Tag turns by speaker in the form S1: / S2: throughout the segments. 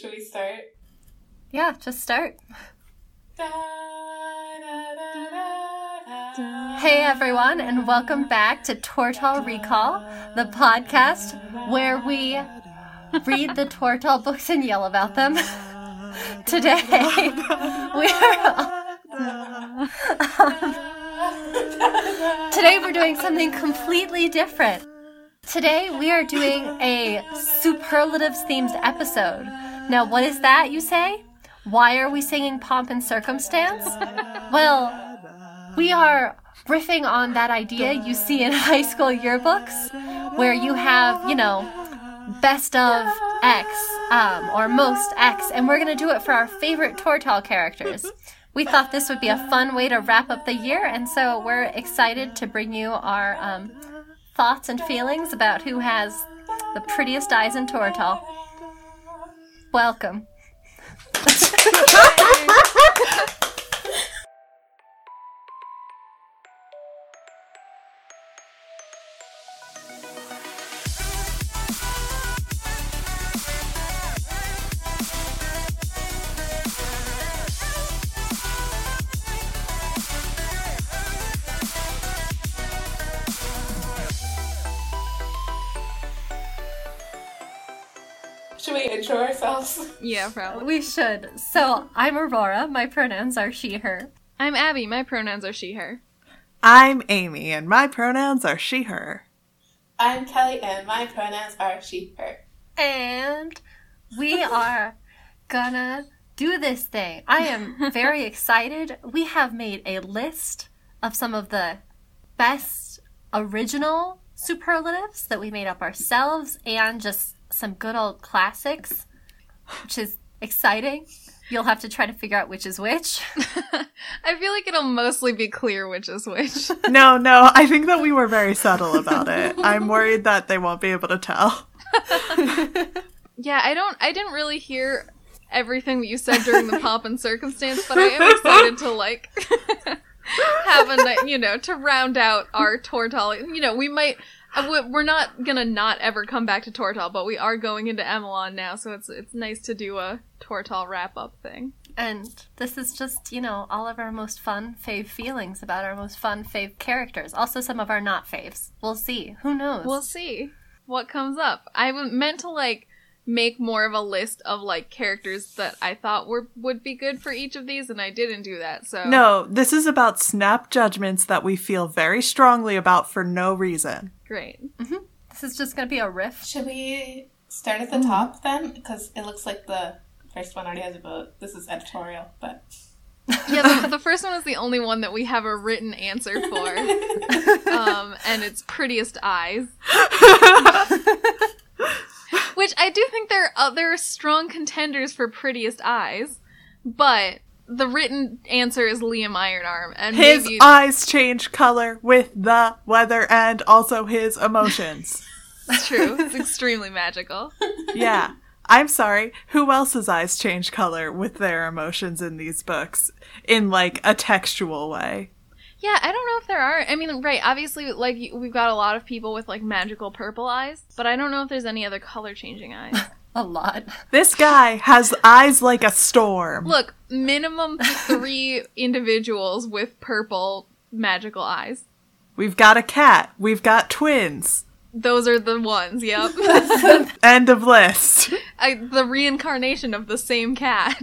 S1: Shall we start?
S2: Yeah, just start.
S1: Da, da, da, da, da.
S2: Hey everyone, and welcome back to Tortall Recall, the podcast where we read the Tortall books and yell about them. Today, we're today we're doing something completely different. Today we are doing a superlatives themed episode. Now, what is that? You say? Why are we singing "Pomp and Circumstance"? Well, we are riffing on that idea you see in high school yearbooks where you have, you know, best of X um, or most X, and we're going to do it for our favorite Tortall characters. We thought this would be a fun way to wrap up the year, and so we're excited to bring you our um, thoughts and feelings about who has the prettiest eyes in Tortall. Welcome.
S1: Shall we intro ourselves?
S3: Yeah, probably.
S2: We should. So I'm Aurora. My pronouns are she, her.
S3: I'm Abby. My pronouns are she, her.
S4: I'm Amy, and my pronouns are she, her.
S1: I'm Kelly, and my pronouns are she, her.
S2: And we are gonna do this thing. I am very excited. We have made a list of some of the best original superlatives that we made up ourselves and just some good old classics, which is exciting. You'll have to try to figure out which is which.
S3: I feel like it'll mostly be clear which is which.
S4: No, no, I think that we were very subtle about it. I'm worried that they won't be able to tell.
S3: yeah, I don't. I didn't really hear everything that you said during the pomp and circumstance, but I am excited to like have a night, you know, to round out our Tortal. You know, we might. I w- We're not gonna not ever come back to Tortal, but we are going into Emelon now, so it's it's nice to do a Tortal wrap up thing.
S2: And this is just, you know, all of our most fun fave feelings about our most fun fave characters. Also, some of our not faves. We'll see. Who knows?
S3: We'll see what comes up. I w- meant to like make more of a list of like characters that I thought were would be good for each of these, and I didn't do that. So
S4: No, this is about snap judgments that we feel very strongly about for no reason.
S3: great.
S2: this is just going to be a riff.
S1: Should we start at the top then? Because it looks like the first one already has a vote. This is editorial, but
S3: Yeah, the, the first one is the only one that we have a written answer for, um, and it's prettiest eyes. Which I do think there are, there are strong contenders for prettiest eyes, but the written answer is Liam Ironarm, and
S4: His
S3: maybe
S4: eyes change color with the weather and also his emotions.
S3: it's true. It's extremely magical.
S4: yeah. I'm sorry. Who else's eyes change color with their emotions in these books in like a textual way?
S3: Yeah, I don't know if there are. I mean, right, obviously, like, you- we've got a lot of people with, like, magical purple eyes, but I don't know if there's any other color changing eyes.
S2: A lot.
S4: This guy has eyes like a storm.
S3: Look, minimum three individuals with purple magical eyes.
S4: We've got a cat. We've got twins.
S3: Those are the ones, yep.
S4: End of list.
S3: I, the reincarnation of the same cat.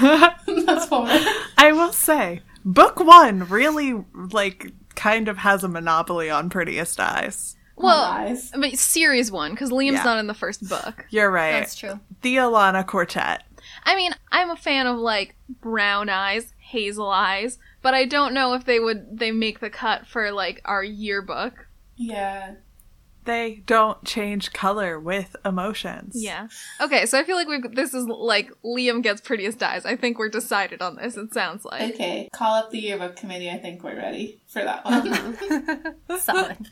S1: that's one.
S4: I will say, book one really, like, kind of has a monopoly on prettiest eyes.
S3: Well,
S1: Lies.
S3: I mean, series one, because Liam's
S4: Yeah.
S3: not in the first book.
S4: You're right.
S2: That's true.
S4: The Alana Quartet.
S3: I mean, I'm a fan of, like, brown eyes, hazel eyes, but I don't know if they would, they make the cut for, like, our yearbook.
S1: Yeah.
S4: They don't change color with emotions.
S3: Yeah. Okay, so I feel like we've this is like Liam gets prettiest eyes. I think we're decided on this. It sounds like.
S1: Okay. Call up the yearbook committee. I think we're ready for that one.
S2: Solid.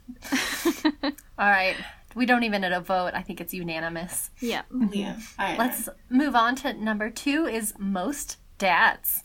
S2: All right. We don't even need a vote. I think it's unanimous.
S3: Yeah.
S1: yeah. All right.
S2: Let's move on to number two is most dads.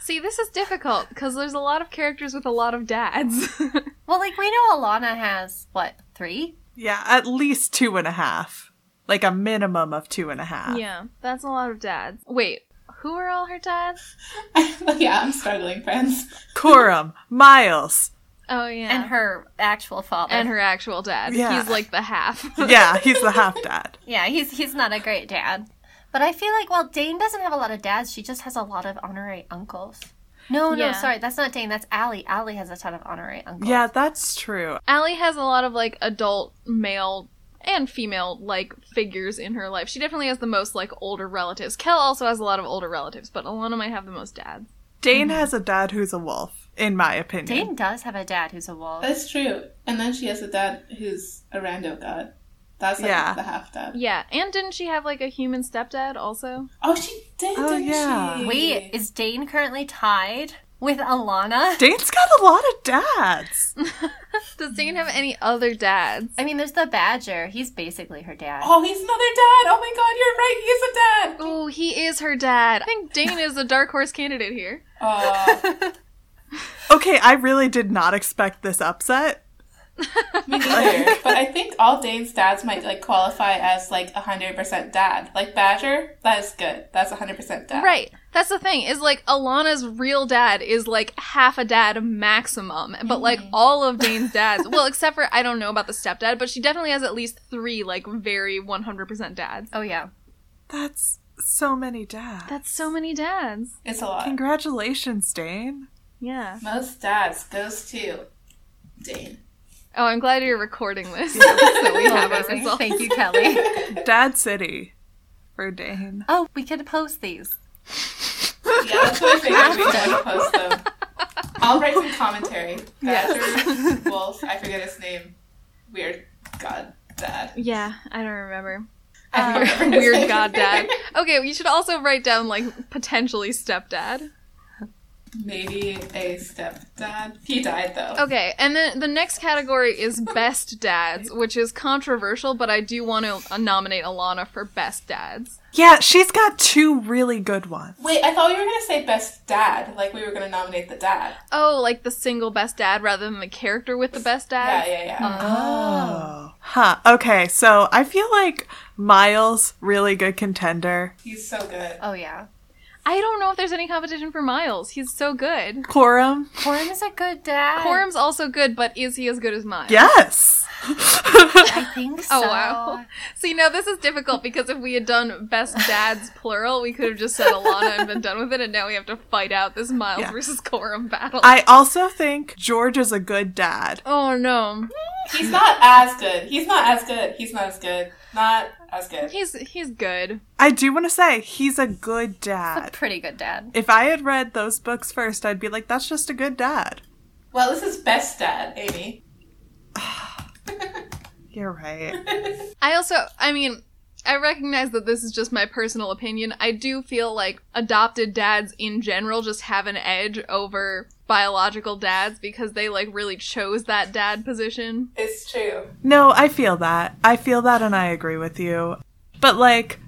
S3: See, this is difficult because there's a lot of characters with a lot of dads.
S2: Well, like we know Alana has, what, three?
S4: Yeah, at least two and a half. like a minimum of two and a half.
S3: Yeah, that's a lot of dads. Wait, who are all her dads?
S1: yeah, I'm struggling, friends.
S4: Corum, Miles.
S3: Oh yeah,
S2: and Uh, her actual father.
S3: and her actual dad.
S4: Yeah.
S3: He's like the half.
S4: Yeah, he's the half dad.
S2: yeah, he's he's not a great dad. But I feel like while Dane doesn't have a lot of dads, she just has a lot of honorary uncles. No, no,
S3: Yeah.
S2: sorry, that's not Dane. That's Allie. Allie has a ton of honorary uncles.
S4: Yeah, that's true.
S3: Allie has a lot of like adult male and female like figures in her life. She definitely has the most like older relatives. Kel also has a lot of older relatives, but Alana might have the most dads.
S4: Dane has a dad who's a wolf, in my opinion.
S2: Mm-hmm. Dane does have a dad who's a wolf.
S1: That's true. And then she has a dad who's a rando god. That's like
S4: Yeah.
S1: the half dad.
S3: Yeah, and didn't she have like a human stepdad also?
S1: Oh, she did,
S4: Oh,
S1: didn't
S4: yeah.
S1: she?
S2: Wait, is Dane currently tied with Alana?
S4: Dane's got a lot of dads.
S3: Does Dane have any other dads?
S2: I mean, there's the Badger. He's basically her dad.
S1: Oh, he's another dad. Oh my god, you're right. He's a dad.
S3: Oh, he is her dad. I think Dane is a dark horse candidate here.
S1: Oh,
S4: Okay, I really did not expect this upset.
S1: me neither. but I think all Dane's dads might like qualify as like hundred percent dad. Like Badger, that is good. That's hundred percent dad.
S3: Right. That's the thing is like Alana's real dad is like half a dad maximum, but like all of Dane's dads, well, except for I don't know about the stepdad, but she definitely has at least three like very 100% dads.
S2: Oh, yeah.
S4: That's so many dads.
S3: That's so many dads.
S1: It's a lot.
S4: Congratulations, Dane.
S3: Yeah.
S1: Most dads goes to Dane.
S3: Oh, I'm glad you're recording this. so we have our
S2: Amazing.
S3: results.
S2: Thank you, Kelly.
S4: Dad City for Dane.
S2: oh, we could post these.
S1: Yeah, that's what I figured we could post them. I'll write some commentary. Badger, Wolf, I forget his name. Weird God Dad.
S3: Yeah, I don't remember.
S1: I don't remember his
S3: Uh, Weird
S1: name.
S3: god dad. Okay, you should also write down like potentially stepdad.
S1: Maybe a stepdad. He died though.
S2: Oh.
S3: Okay, and then the next category is best dads, which is controversial, but I do want to uh, nominate Alana for best dads.
S4: Yeah, she's got two really good ones.
S1: Wait, I thought we were gonna say best dad. Like we were gonna nominate the dad.
S3: Oh, like the single best dad rather than the character with the best
S1: Yeah,
S3: dad.
S1: yeah, yeah.
S4: Oh. Huh. Okay, so I feel like Miles, really good contender.
S1: He's so good.
S2: Oh, yeah.
S3: I don't know if there's any competition for Miles. He's so good.
S4: Quorum?
S2: Corum is a good dad.
S3: Quorum's also good, but is he as good as Miles?
S4: Yes.
S2: I think so.
S3: Oh wow. See now this is difficult because if we had done best dads plural, we could have just said Alana and been done with it, and now we have to fight out this Miles
S4: Yeah.
S3: versus Quorum battle.
S4: I also think George is a good dad.
S3: oh no.
S1: He's not as good. He's not as good. He's not as good. Not as good.
S3: He's he's good.
S4: I do want to say he's a good
S2: A
S4: dad.
S2: pretty good dad.
S4: If I had read those books first, I'd be like, that's just a good dad.
S1: Well, this is best dad, Amy.
S4: You're right.
S3: I also, I mean, I recognize that this is just my personal opinion. I do feel like adopted dads in general just have an edge over biological dads because they like really chose that dad position.
S1: It's true.
S4: No, I feel that. I feel that and I agree with you. But like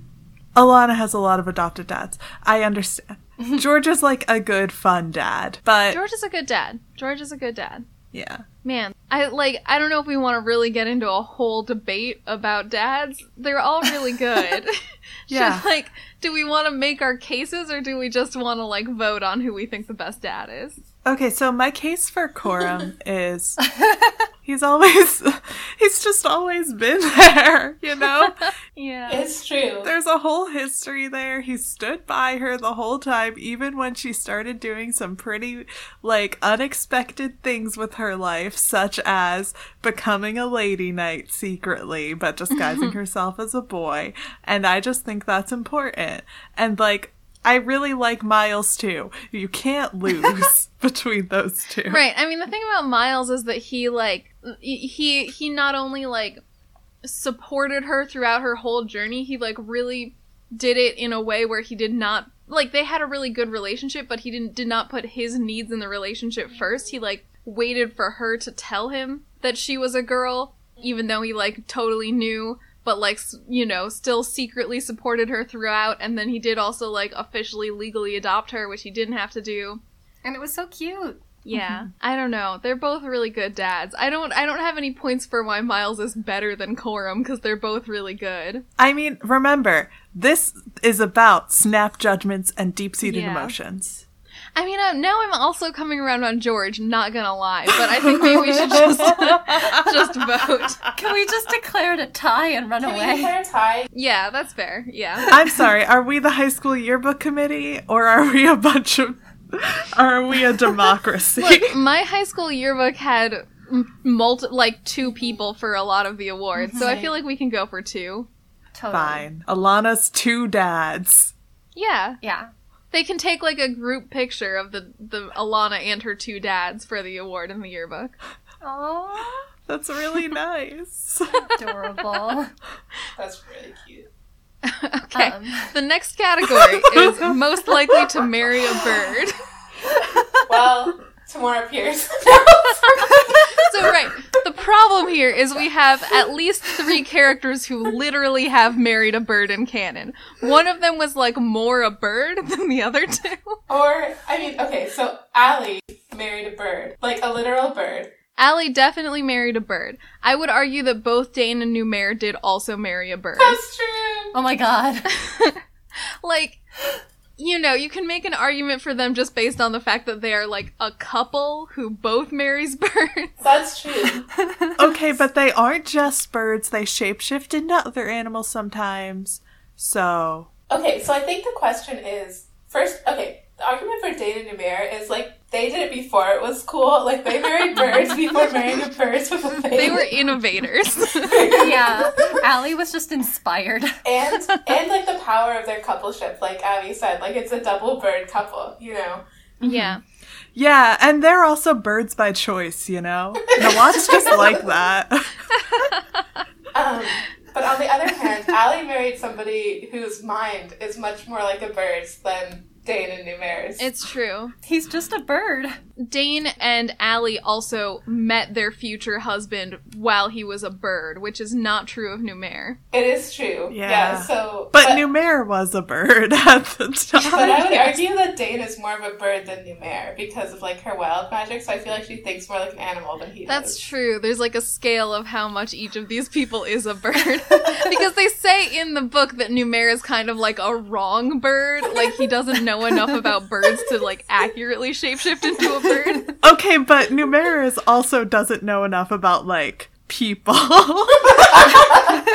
S4: Alana has a lot of adopted dads. I understand. George is like a good fun dad. But
S3: George is a good dad. George is a good dad.
S4: yeah.
S3: Man, I like I don't know if we want to really get into a whole debate about dads. They're all really good. Should,
S4: Yeah.
S3: like do we want to make our cases or do we just want to like vote on who we think the best dad is?
S4: Okay, so my case for Corum is he's always he's just always been there, you know?
S3: Yeah.
S1: It's true.
S4: There's a whole history there. He stood by her the whole time, even when she started doing some pretty, like, unexpected things with her life, such as becoming a lady knight secretly, but disguising herself as a boy. And I just think that's important. And, like, I really like Miles too. You can't lose between those two.
S3: Right. I mean, the thing about Miles is that he like he he not only like supported her throughout her whole journey, he like really did it in a way where he did not like they had a really good relationship, but he didn't did not put his needs in the relationship first. He like waited for her to tell him that she was a girl, even though he like totally knew but like s- you know still secretly supported her throughout and then he did also like officially legally adopt her which he didn't have to do
S2: And it was so cute.
S3: Yeah, I don't know. They're both really good dads. I don't. I don't have any points for why Miles is better than Corum because they're both really good.
S4: I mean, remember, this is about snap judgments and deep seated
S3: Yeah.
S4: emotions.
S3: I mean, uh, now I'm also coming around on George. Not gonna lie, but I think maybe we should just just vote.
S2: Can we just declare it a tie and run
S1: Can we
S2: away?
S1: declare a tie?
S3: Yeah, that's fair. Yeah.
S4: I'm sorry, are we the high school yearbook committee or are we a bunch of. Are we a democracy?
S3: Look, my high school yearbook had m- multi like two people for a lot of the awards, so I feel like we can go for two.
S2: Totally.
S4: Fine. Alana's two dads.
S3: Yeah,
S2: Yeah.
S3: they can take like a group picture of the the Alana and her two dads for the award in the yearbook.
S2: Oh,
S4: That's really nice.
S2: adorable.
S1: That's really cute.
S3: Okay,
S2: Um.
S3: the next category is most likely to marry a bird.
S1: Well, Tamora appears.
S3: So right, the problem here is we have at least three characters who literally have married a bird in canon. One of them was like more a bird than the other two.
S1: or, I mean, okay, so Allie married a bird, like a literal bird.
S3: Allie definitely married a bird. I would argue that both Dane and Numair did also marry a bird.
S1: That's true.
S2: Oh my god.
S3: like, you know, you can make an argument for them just based on the fact that they are like a couple who both marries birds.
S1: That's true.
S4: Okay, but they aren't just birds, they shapeshift into other animals sometimes. So.
S1: Okay, so I think the question is first. Okay, the argument for Dana Numair is like they did it before it was cool. Like they married birds before marrying the birds was a thing.
S3: They were innovators.
S2: yeah. Allie was just inspired.
S1: and and like the power of their coupleship. Like Abby said, like it's a double bird couple. You know.
S3: yeah.
S4: Yeah, and they're also birds by choice, you know? Nawat's just like that.
S1: Um, but on the other hand, Allie married somebody whose mind is much more like a bird's than Dana Numair's.
S3: It's true.
S2: He's just a bird.
S3: Dane and Allie also met their future husband while he was a bird, which is not true of Numair.
S1: It is true.
S4: Yeah.
S1: Yeah. so,
S4: But Numair was a bird at the
S1: But I
S4: time.
S1: would argue that Dane is more of a bird than Numair because of like her wild magic. So I feel like she thinks more like an animal than he does.
S3: That's true. There's like a scale of how much each of these people is a bird. because they say in the book that Numair is kind of like a wrong bird. Like he doesn't know enough about birds to like accurately shapeshift into a bird.
S4: Okay, but Numair is also doesn't know enough about, like, people. I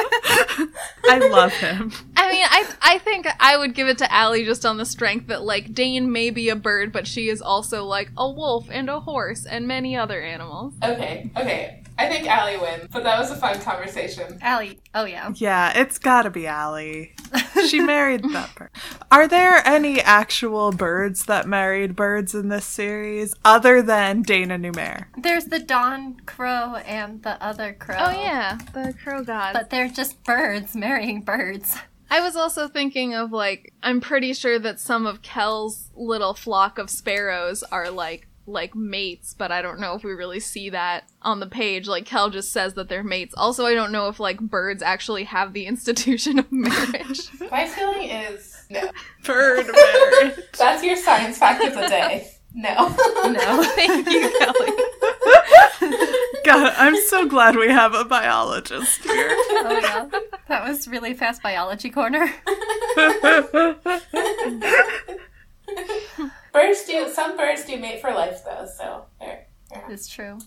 S4: love him.
S3: I mean, I I think I would give it to Allie just on the strength that like Dane may be a bird, but she is also like a wolf and a horse and many other animals.
S1: Okay, okay. I think Allie wins, but that was a fun conversation.
S2: Allie. Oh yeah.
S4: Yeah, it's gotta be Allie. She married that bird. Are there any actual birds that married birds in this series other than Dana Numair?
S2: There's the dawn crow and the other crow.
S3: Oh yeah, the crow god.
S2: But they're just birds marrying birds.
S3: I was also thinking of like I'm pretty sure that some of Kel's little flock of sparrows are like like mates, but I don't know if we really see that on the page. Like Kel just says that they're mates. Also, I don't know if like birds actually have the institution of marriage.
S1: My feeling is no.
S4: Bird marriage.
S1: That's your science fact of the day. No.
S2: No.
S3: Thank you, Kelly.
S4: God, I'm so glad we have a biologist here.
S2: oh yeah. That was really fast biology corner.
S1: birds do. Some birds do mate for life, though. So there.
S2: It's true.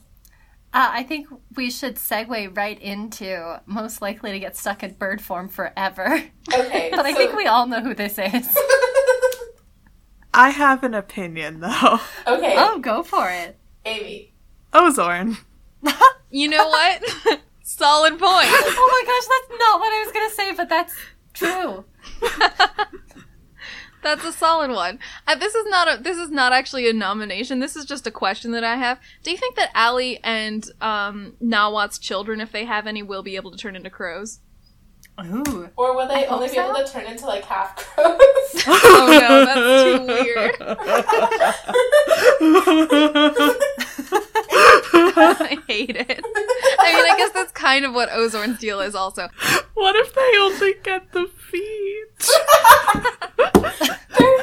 S2: Uh, I think we should segue right into most likely to get stuck in bird form forever.
S1: Okay.
S2: But I
S1: so-
S2: think we all know who this is.
S4: I have an opinion though. Oh,
S1: okay,
S2: Oh, go for it.
S1: Amy.
S4: Ozorn.
S3: You know what? Solid point.
S2: Oh my gosh, that's not what I was gonna say, but that's true.
S3: That's a solid one. Uh, this is not a. This is not actually a nomination. This is just a question that I have. Do you think that Ali and um, Nawat's children, if they have any, will be able to turn into crows?
S2: Ooh.
S1: Or will they
S2: hope
S1: only be
S2: so.
S1: able to turn into like half crows?
S3: Oh no, that's too weird. I hate it. I mean, I guess that's kind of what Ozorn's deal is, also.
S4: what if they only get the feet?
S1: They're-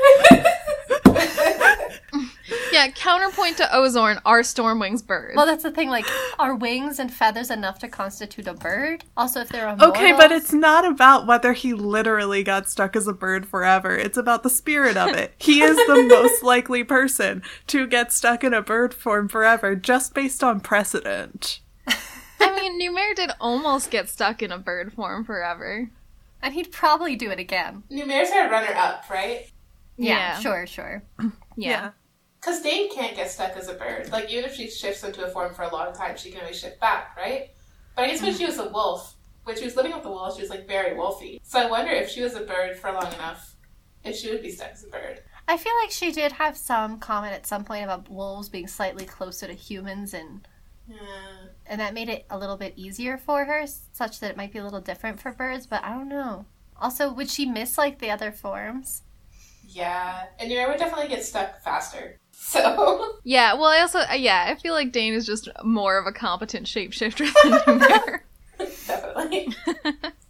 S3: Yeah, Kel counterpoint to Ozorn are stormwings birds.
S2: Well, that's the thing. Like, are wings and feathers enough to constitute a bird? Also, if they're immortal,
S4: Okay, but it's not about whether he literally got stuck as a bird forever. It's about the spirit of it. He is the most likely person to get stuck in a bird form forever just based on precedent.
S3: I mean, Numair did almost get stuck in a bird form forever.
S2: and he'd probably do it again.
S1: Numair's our runner up, right?
S2: Yeah,
S3: Yeah.
S2: sure, sure.
S3: Yeah.
S1: Because Dane can't get stuck as a bird. Like, even if she shifts into a form for a long time, she can always shift back, right? But I guess when she was a wolf, when she was living with the wolves, she was like very wolfy. So I wonder if she was a bird for long enough, if she would be stuck as a bird.
S2: I feel like she did have some comment at some point about wolves being slightly closer to humans, and
S1: Yeah.
S2: and that made it a little bit easier for her, such that it might be a little different for birds. But I don't know. Also, would she miss like the other forms?
S1: Yeah. And Numair would definitely get stuck faster. So,
S3: Yeah, well, I also, uh, yeah, I feel like Dane is just more of a competent shapeshifter than Numair.
S1: definitely.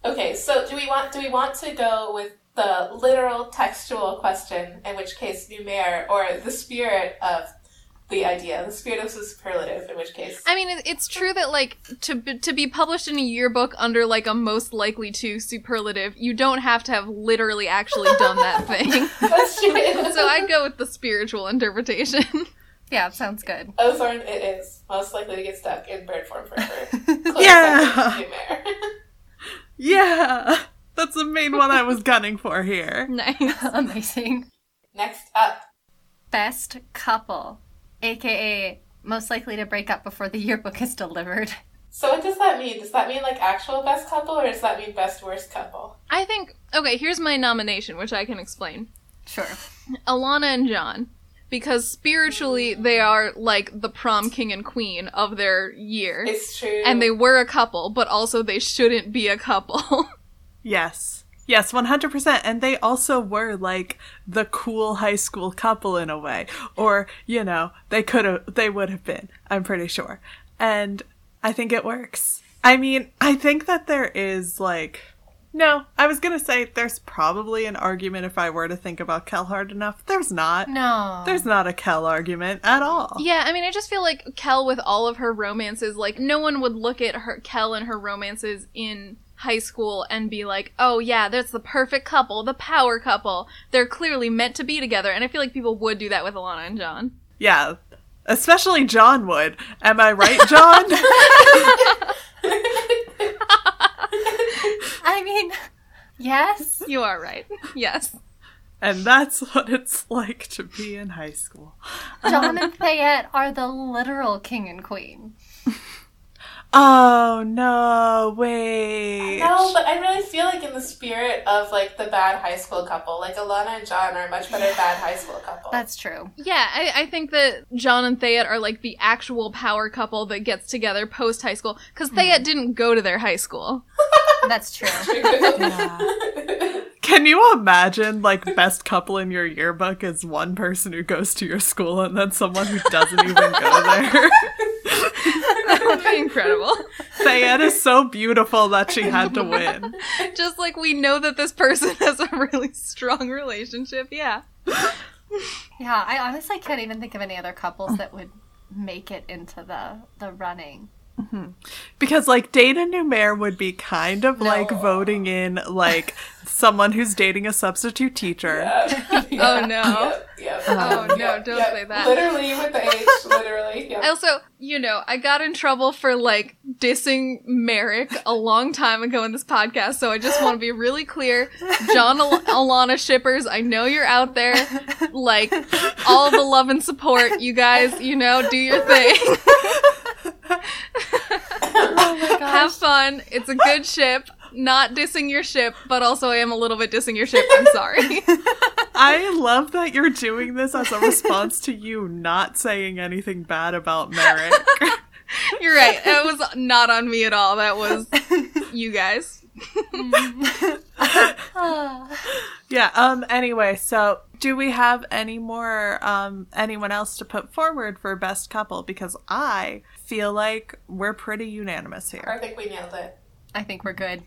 S1: okay, so do we want do we want to go with the literal textual question, in which case Numair, or the spirit of the idea, the spirit of the superlative, in which case
S3: I mean, it- it's true that like to be, to be published in a yearbook under like a most likely to superlative, you don't have to have literally actually done that thing.
S1: That's true.
S3: so I'd go with the spiritual interpretation.
S2: Yeah, sounds good.
S1: Ozorn, it is most likely to get stuck in bird form forever. Close
S4: Yeah.
S1: second, Numair.
S4: Yeah. That's the main one I was gunning for here.
S3: nice.
S2: Amazing.
S1: Next up,
S2: Best couple, aka most likely to break up before the yearbook is delivered.
S1: so what does that mean? Does that mean like actual best couple, or does that mean best worst couple?
S3: I think okay, here's my nomination which I can explain.
S2: Sure.
S3: Alana and John because spiritually they are like the prom king and queen of their year.
S1: It's true.
S3: and they were a couple, but also they shouldn't be a couple.
S4: Yes. Yes, 100%. And they also were like the cool high school couple in a way. Or, you know, they could have, they would have been, I'm pretty sure. And I think it works. I mean, I think that there is like, no, I was going to say there's probably an argument if I were to think about Kel hard enough. There's not.
S2: No.
S4: There's not a Kel argument at all.
S3: Yeah, I mean, I just feel like Kel, with all of her romances, like no one would look at her Kel and her romances in high school and be like, "Oh yeah, that's the perfect couple, the power couple. They're clearly meant to be together." And I feel like people would do that with Alana and John.
S4: Yeah. Especially John would. Am I right, John?
S2: I mean, yes.
S3: You are right. Yes.
S4: and that's what it's like to be in high school.
S2: John and Fayette are the literal king and queen.
S4: Oh no! Wait.
S1: no, but I really feel like in the spirit of like the bad high school couple, like Alana and John are a much better bad high school couple.
S2: That's true.
S3: Yeah, I, I think that John and Thayet are like the actual power couple that gets together post high school because Thayet didn't go to their high school.
S2: That's true.
S4: Can you imagine like best couple in your yearbook is one person who goes to your school and then someone who doesn't even go there?
S3: That would be incredible.
S4: Thayette is so beautiful that she had to win.
S3: Just like we know that this person has a really strong relationship. Yeah.
S2: Yeah, I honestly can't even think of any other couples that would make it into the the running.
S4: Because like Dana Numair would be kind of like
S2: No.
S4: voting in like someone who's dating a substitute teacher.
S3: Oh no.
S1: Yep, yep,
S3: Oh,
S1: yep,
S3: no, don't
S1: yep.
S3: say that.
S1: Literally with the H, literally. Yep.
S3: I also, you know, I got in trouble for like dissing Merrick a long time ago in this podcast, so I just want to be really clear. John Al- Alana shippers, I know you're out there. Like all the love and support, you guys, you know, do your thing.
S2: Oh my
S3: Have
S2: gosh.
S3: fun. It's a good ship. Not dissing your ship, but also I am a little bit dissing your ship. I'm sorry.
S4: I love that you're doing this as a response to you not saying anything bad about Merrick.
S3: You're right. That was not on me at all. That was you guys.
S2: Ah.
S4: Yeah. Um. Anyway, so do we have any more um anyone else to put forward for best couple? Because I feel like we're pretty unanimous
S1: I
S4: here.
S1: think we nailed it.
S2: I think we're good.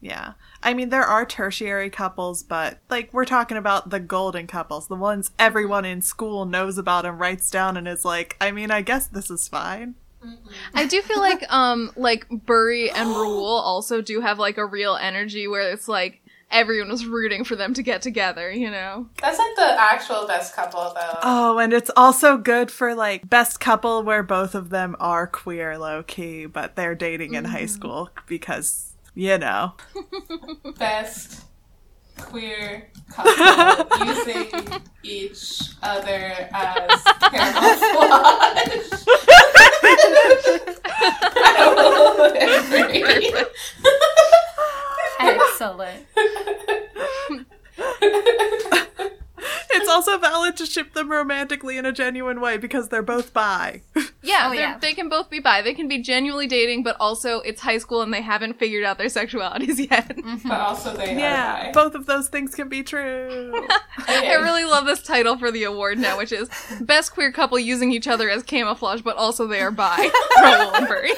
S4: Yeah. I mean, there are tertiary couples, but like we're talking about the golden couples, the ones everyone in school knows about and writes down and is like, I mean, I guess this is fine.
S3: I do feel like um like Burry and Rule also do have like a real energy where it's like everyone was rooting for them to get together, you know.
S1: That's like the actual best couple, though.
S4: Oh, and it's also good for like best couple where both of them are queer low key, but they're dating in high school because, you know.
S1: Best queer couple using each other as camouflage. I will agree.
S2: Excellent.
S4: It's also valid to ship them romantically in a genuine way because they're both bi.
S3: Yeah,
S2: Oh,
S3: they're-
S2: yeah.
S3: they can both be bi. They can be genuinely dating, but also it's high school and they haven't figured out their sexualities yet.
S2: Mm-hmm.
S1: But also they
S4: yeah,
S1: are bi.
S4: both of those things can be true.
S1: Okay.
S3: I really love this title for the award now, which is Best Queer Couple Using Each Other as Camouflage, but also they are bi. Raoul and Burry.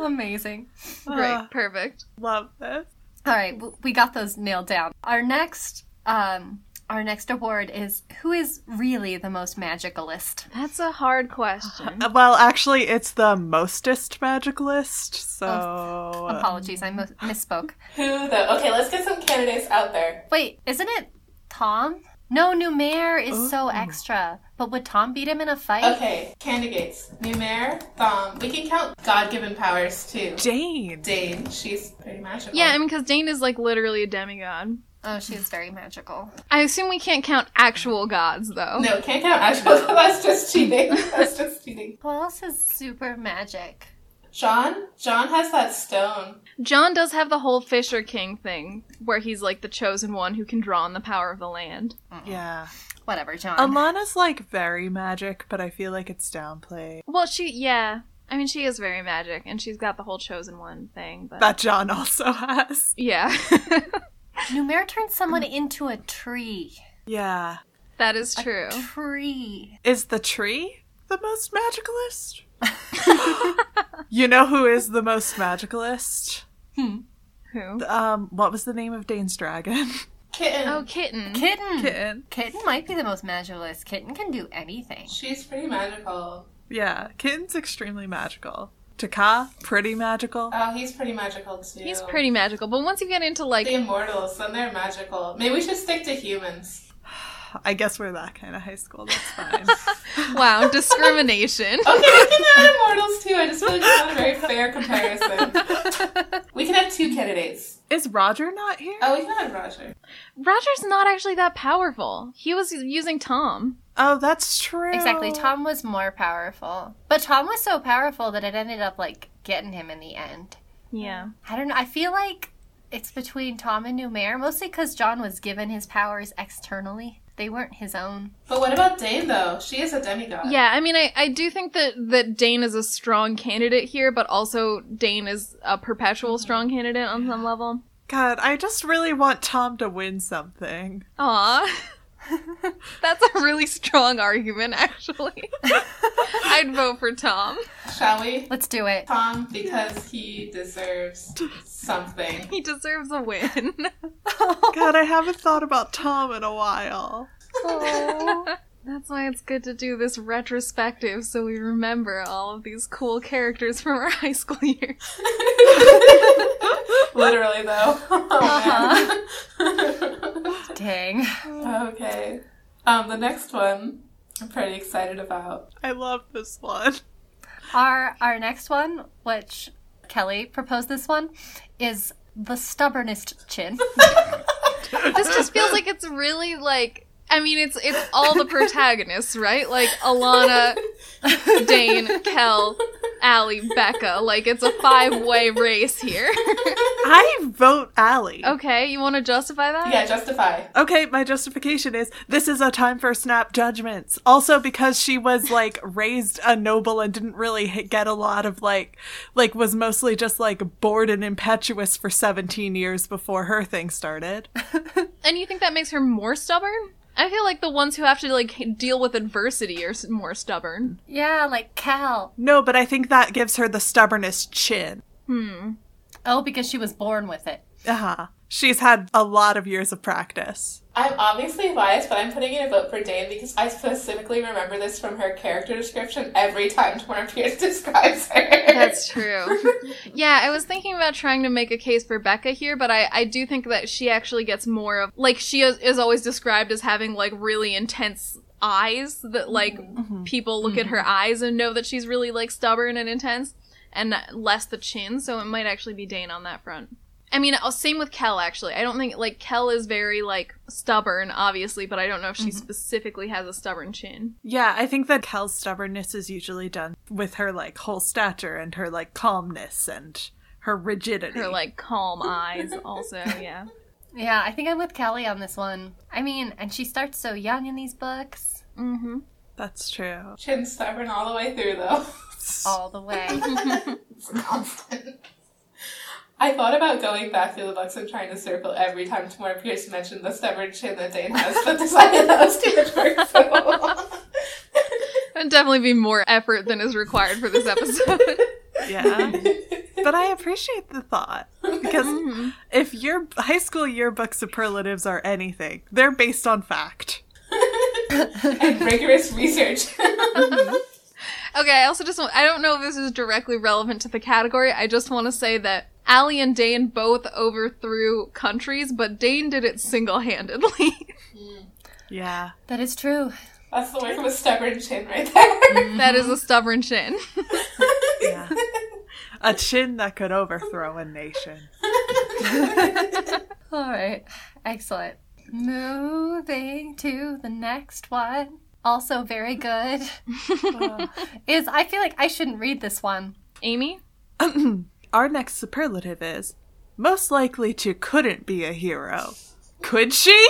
S2: Amazing.
S3: Great, perfect.
S4: Love this.
S2: All right, w- we got those nailed down. Our next, um, our next award is who is really the most magicalist?
S3: That's a hard question.
S4: Uh, Well, actually, it's the mostest magicalist, so. uh,
S2: Apologies, I mo- misspoke.
S1: Who though? Okay, let's get some candidates out there.
S2: Wait, isn't it Tom? No, Numair is so extra. But would Tom beat him in a fight?
S1: Okay, candidates. Numair, Thom. We can count God-given powers too.
S4: Jane.
S1: Dane, she's pretty magical.
S3: Yeah, I mean, because Dane is like literally a demigod.
S2: Oh, she is very magical.
S3: I assume we can't count actual gods, though.
S1: No, can't count actual. That's just cheating. That's just cheating.
S2: Who else is super magic?
S1: John? John has that stone.
S3: John does have the whole Fisher King thing, where he's like the chosen one who can draw on the power of the land.
S4: Yeah.
S2: Whatever, John.
S4: Um, Alana's like very magic, but I feel like it's downplayed.
S3: Well, she, yeah. I mean, she is very magic, and she's got the whole chosen one thing, but.
S4: That John also has.
S3: yeah.
S2: Numair turns someone into a tree.
S4: Yeah.
S3: that is true.
S2: Tree.
S4: Is the tree the most magicalist? you know who is the most magicalist?
S3: Who?
S4: Um, what was the name of Dane's dragon?
S1: Kitten.
S3: Oh, kitten.
S2: Kitten.
S4: Kitten.
S2: Kitten might be the most magicalist. Kitten can do anything.
S1: She's pretty magical.
S4: Yeah, kitten's extremely magical. Taka, pretty magical.
S1: Oh, he's pretty magical too.
S3: He's pretty magical, but once you get into like
S1: The immortals, then they're magical. Maybe we should stick to humans.
S4: I guess we're that kind of high school. That's fine.
S3: wow discrimination,
S1: Okay, we can have immortals too. I just feel like it's not a very fair comparison. We can have two candidates.
S4: is Roger not here?
S1: Oh, we can have Roger.
S3: Roger's not actually that powerful. He was using Tom.
S4: Oh, that's true.
S2: Exactly. Tom was more powerful. But Tom was so powerful that it ended up, like, getting him in the end.
S3: Yeah,
S2: I don't know. I feel like it's between Tom and Numair, mostly because John was given his powers externally. They weren't his own.
S1: But what about Dane though? She is a demigod.
S3: yeah. I mean, I, I do think that that Dane is a strong candidate here, but also Dane is a perpetual strong candidate on some level.
S4: God, I just really want Tom to win something.
S3: Aw. That's a really strong argument, actually. I'd vote for Tom.
S1: Shall we?
S2: Let's do it.
S1: Tom, because he deserves something.
S3: He deserves a win.
S4: God, I haven't thought about Tom in a while.
S3: That's why it's good to do this retrospective so we remember all of these cool characters from our high school years.
S1: Literally though. Oh, man.
S2: Dang.
S1: Okay. Um, the next one I'm pretty excited about.
S4: I love this one.
S2: Our our next one, which Kelly proposed this one, is the stubbornest chin.
S3: This just feels like it's really like I mean it's it's all the protagonists, right? Like Alana, Dane, Kel, Allie, Becca. Like it's a five-way race here.
S4: I vote Allie.
S3: okay, you want to justify that?
S1: Yeah, justify.
S4: Okay, my justification is this is a time for snap judgments. Also because she was like raised a noble and didn't really h- get a lot of like like was mostly just like bored and impetuous for 17 years before her thing started.
S3: And you think that makes her more stubborn? I feel like the ones who have to like deal with adversity are s- more stubborn.
S2: yeah, like Cal.
S4: No, but I think that gives her the stubbornest chin.
S3: Hmm.
S2: Oh, because she was born with it.
S4: Uh huh. She's had a lot of years of practice.
S1: I'm obviously biased, but I'm putting in a vote for Dane because I specifically remember this from her character description every time Torn Pierce describes her.
S3: That's true. yeah, I was thinking about trying to make a case for Becca here, but I, I do think that she actually gets more of like she is, is always described as having like really intense eyes that like people look at her eyes and know that she's really like stubborn and intense and less the chin, so it might actually be Dane on that front. I mean, uh, same with Kel actually. I don't think like Kel is very like stubborn obviously, but I don't know if she specifically has a stubborn chin.
S4: Yeah, I think that Kel's stubbornness is usually done with her like whole stature and her like calmness and her rigidity.
S3: Her like calm eyes also, yeah.
S2: Yeah, I think I'm with Kelly on this one. I mean, and she starts so young in these books,
S3: Mhm.
S4: That's true.
S1: Chin stubborn all the way through, though.
S2: all the way.
S1: It's constant. I thought about going back through the books and trying to circle every time Tamora Pierce mentioned the stubborn chin that Dane has, but decided that was too much work for
S3: That'd definitely be more effort than is required for this episode.
S4: Yeah. but I appreciate the thought because if your high school yearbook superlatives are anything, they're based on fact.
S1: and rigorous research.
S3: okay, I also just want, I don't know if this is directly relevant to the category. I just want to say that Allie and Dane both overthrew countries, but Dane did it single handedly.
S4: Yeah.
S2: that is true.
S1: That's the work of a stubborn chin right there.
S3: that is a stubborn chin.
S4: Yeah. A chin that could overthrow a nation.
S2: All right, excellent. Moving to the next one. Also very good. is I feel like I shouldn't read this one.
S3: Amy?
S4: Our next superlative is most likely to couldn't be a hero. Could she?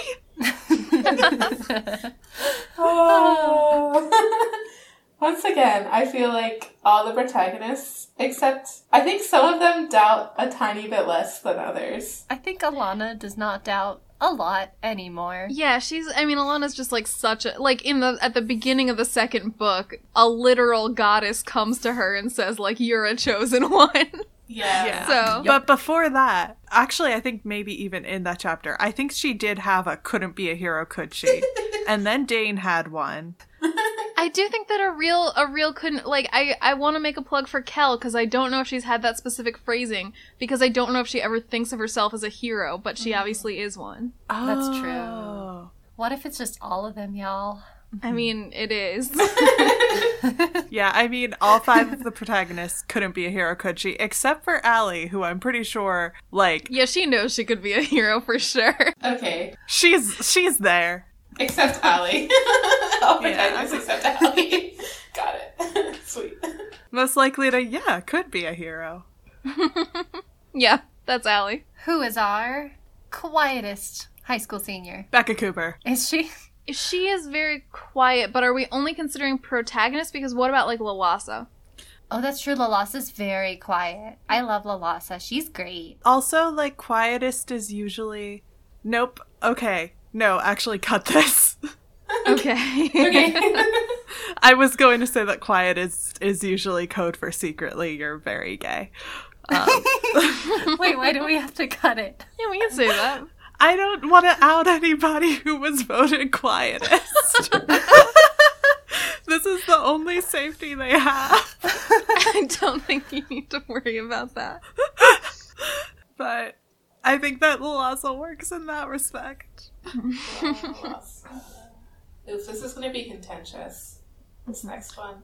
S1: Oh. Once again, I feel like all the protagonists, except I think some of them doubt a tiny bit less than others.
S2: I think Alana does not doubt a lot anymore.
S3: Yeah, she's. I mean, Alana's just like such a like in the at the beginning of the second book, a literal goddess comes to her and says like, "You're a chosen one."
S1: Yeah.
S3: So
S4: But before that, actually, I think maybe even in that chapter, I think she did have a couldn't be a hero, could she? and then Dane had one.
S3: I do think that a real a real couldn't like I I want to make a plug for Kel because I don't know if she's had that specific phrasing because I don't know if she ever thinks of herself as a hero, but she obviously is one.
S2: That's true.
S4: Oh.
S2: What if it's just all of them, y'all?
S3: I mean, it is.
S4: Yeah, I mean, all five of the protagonists couldn't be a hero, could she? Except for Allie, who I'm pretty sure, like,
S3: yeah, she knows she could be a hero for sure.
S1: Okay.
S4: she's she's there.
S1: Except Allie. all
S4: Yeah.
S1: protagonists except Allie. Got it. Sweet.
S4: Most likely to, yeah, could be a hero.
S3: Yeah, that's Allie.
S2: Who is our quietest high school senior?
S4: Becca Cooper.
S2: Is she?
S3: She is very quiet, but are we only considering protagonists? Because what about like Lawasa?
S2: Oh, that's true. Lalasa's very quiet. I love Lalasa. She's great.
S4: Also, like, quietest is usually. Nope. Okay. No, actually, cut this.
S3: Okay.
S1: Okay.
S4: I was going to say that quiet is is usually code for secretly you're very gay.
S2: Wait, why do we have to cut it?
S3: yeah, we can say that.
S4: I don't want to out anybody who was voted quietest. this is the only safety they have.
S3: I don't think you need to worry about that.
S4: But I think that Lhasa works in that respect.
S1: Oof, this is going to be contentious. This next one.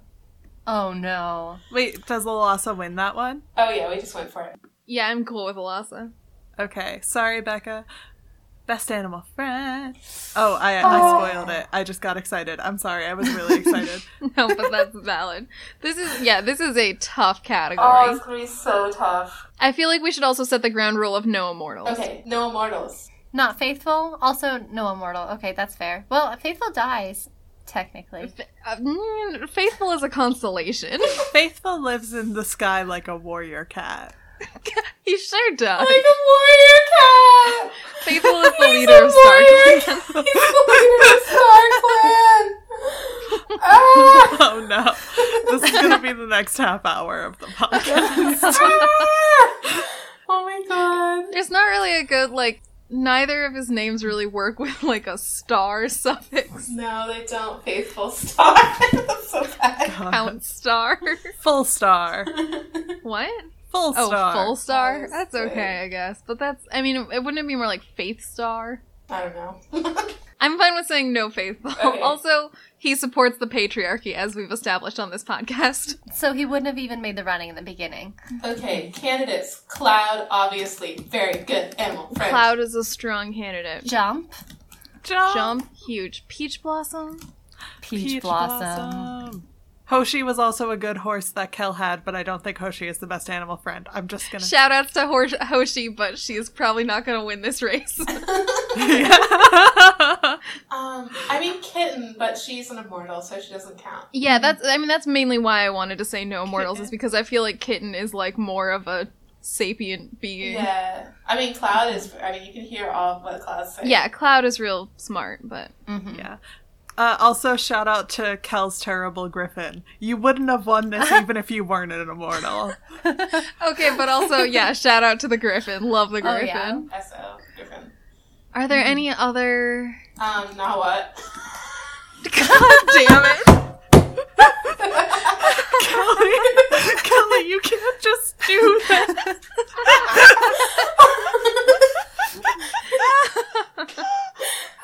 S2: Oh no.
S4: Wait, does Lhasa win that one?
S1: Oh, yeah, we just went for it.
S3: Yeah, I'm cool with Lawasa.
S4: Okay, sorry, Becca. Best animal friend. Oh, I, I spoiled it. I just got excited. I'm sorry. I was really excited.
S3: No, but that's valid. This is yeah, this is a tough category.
S1: Oh, it's going to be so tough.
S3: I feel like we should also set the ground rule of no immortals.
S1: Okay, no immortals.
S2: Not faithful? Also no immortal. Okay, that's fair. Well, faithful dies, technically.
S3: Uh, mm, faithful is a consolation.
S4: Faithful lives in the sky like a warrior cat.
S3: he sure does.
S1: Like a warrior cat!
S3: faithful is the
S1: Oh He's a
S3: leader of Star
S1: warrior
S3: Clan.
S1: He's the leader of Star Clan! Ah!
S4: Oh no. This is going to be the next half hour of the podcast.
S1: Ah! Oh my god.
S3: There's not really a good like. Neither of his names really work with like a star suffix.
S1: No, they don't. Faithful star. That's so bad.
S3: Count star.
S4: Full star.
S3: what?
S4: Full
S3: Oh,
S4: star.
S3: full star.
S1: Full
S3: That's
S1: star.
S3: okay, I guess. But that's. I mean, it wouldn't it be more like faith star?
S1: I don't know.
S3: I'm fine with saying no faith. though.
S1: Okay.
S3: Also, he supports the patriarchy as we've established on this podcast.
S2: So he wouldn't have even made the running in the beginning.
S1: okay, candidates. Cloud, obviously, very good animal friend.
S3: Cloud is a strong candidate.
S2: Jump,
S4: Jump.
S3: Jump, huge. Peach blossom.
S2: peach, blossom.
S4: Hoshi was also a good horse that Kel had, but I don't think Hoshi is the best animal friend. I'm just gonna.
S3: Shoutouts to Hor- Hoshi, but she's probably not going to win this race.
S1: Um, I mean kitten, but she's an immortal, so she doesn't count.
S3: yeah, that's. I mean, that's mainly why I wanted to say no mortals is because I feel like kitten is like more of a sapient being.
S1: Yeah. I mean, Cloud is. I mean, you can hear all of what Cloud's saying.
S3: yeah, Cloud is real smart, but
S4: yeah.
S3: Mm-hmm.
S4: Uh, also, shout out to Kel's terrible griffin. You wouldn't have won this even if you weren't an immortal.
S3: Okay, but also, yeah, shout out to the Griffin. Love the
S2: Oh,
S3: Griffin.
S2: yeah.
S1: So Griffin.
S3: Are there any other.
S1: Um, now what?
S3: God damn it!
S4: Kelly, Kelly, you can't just do that.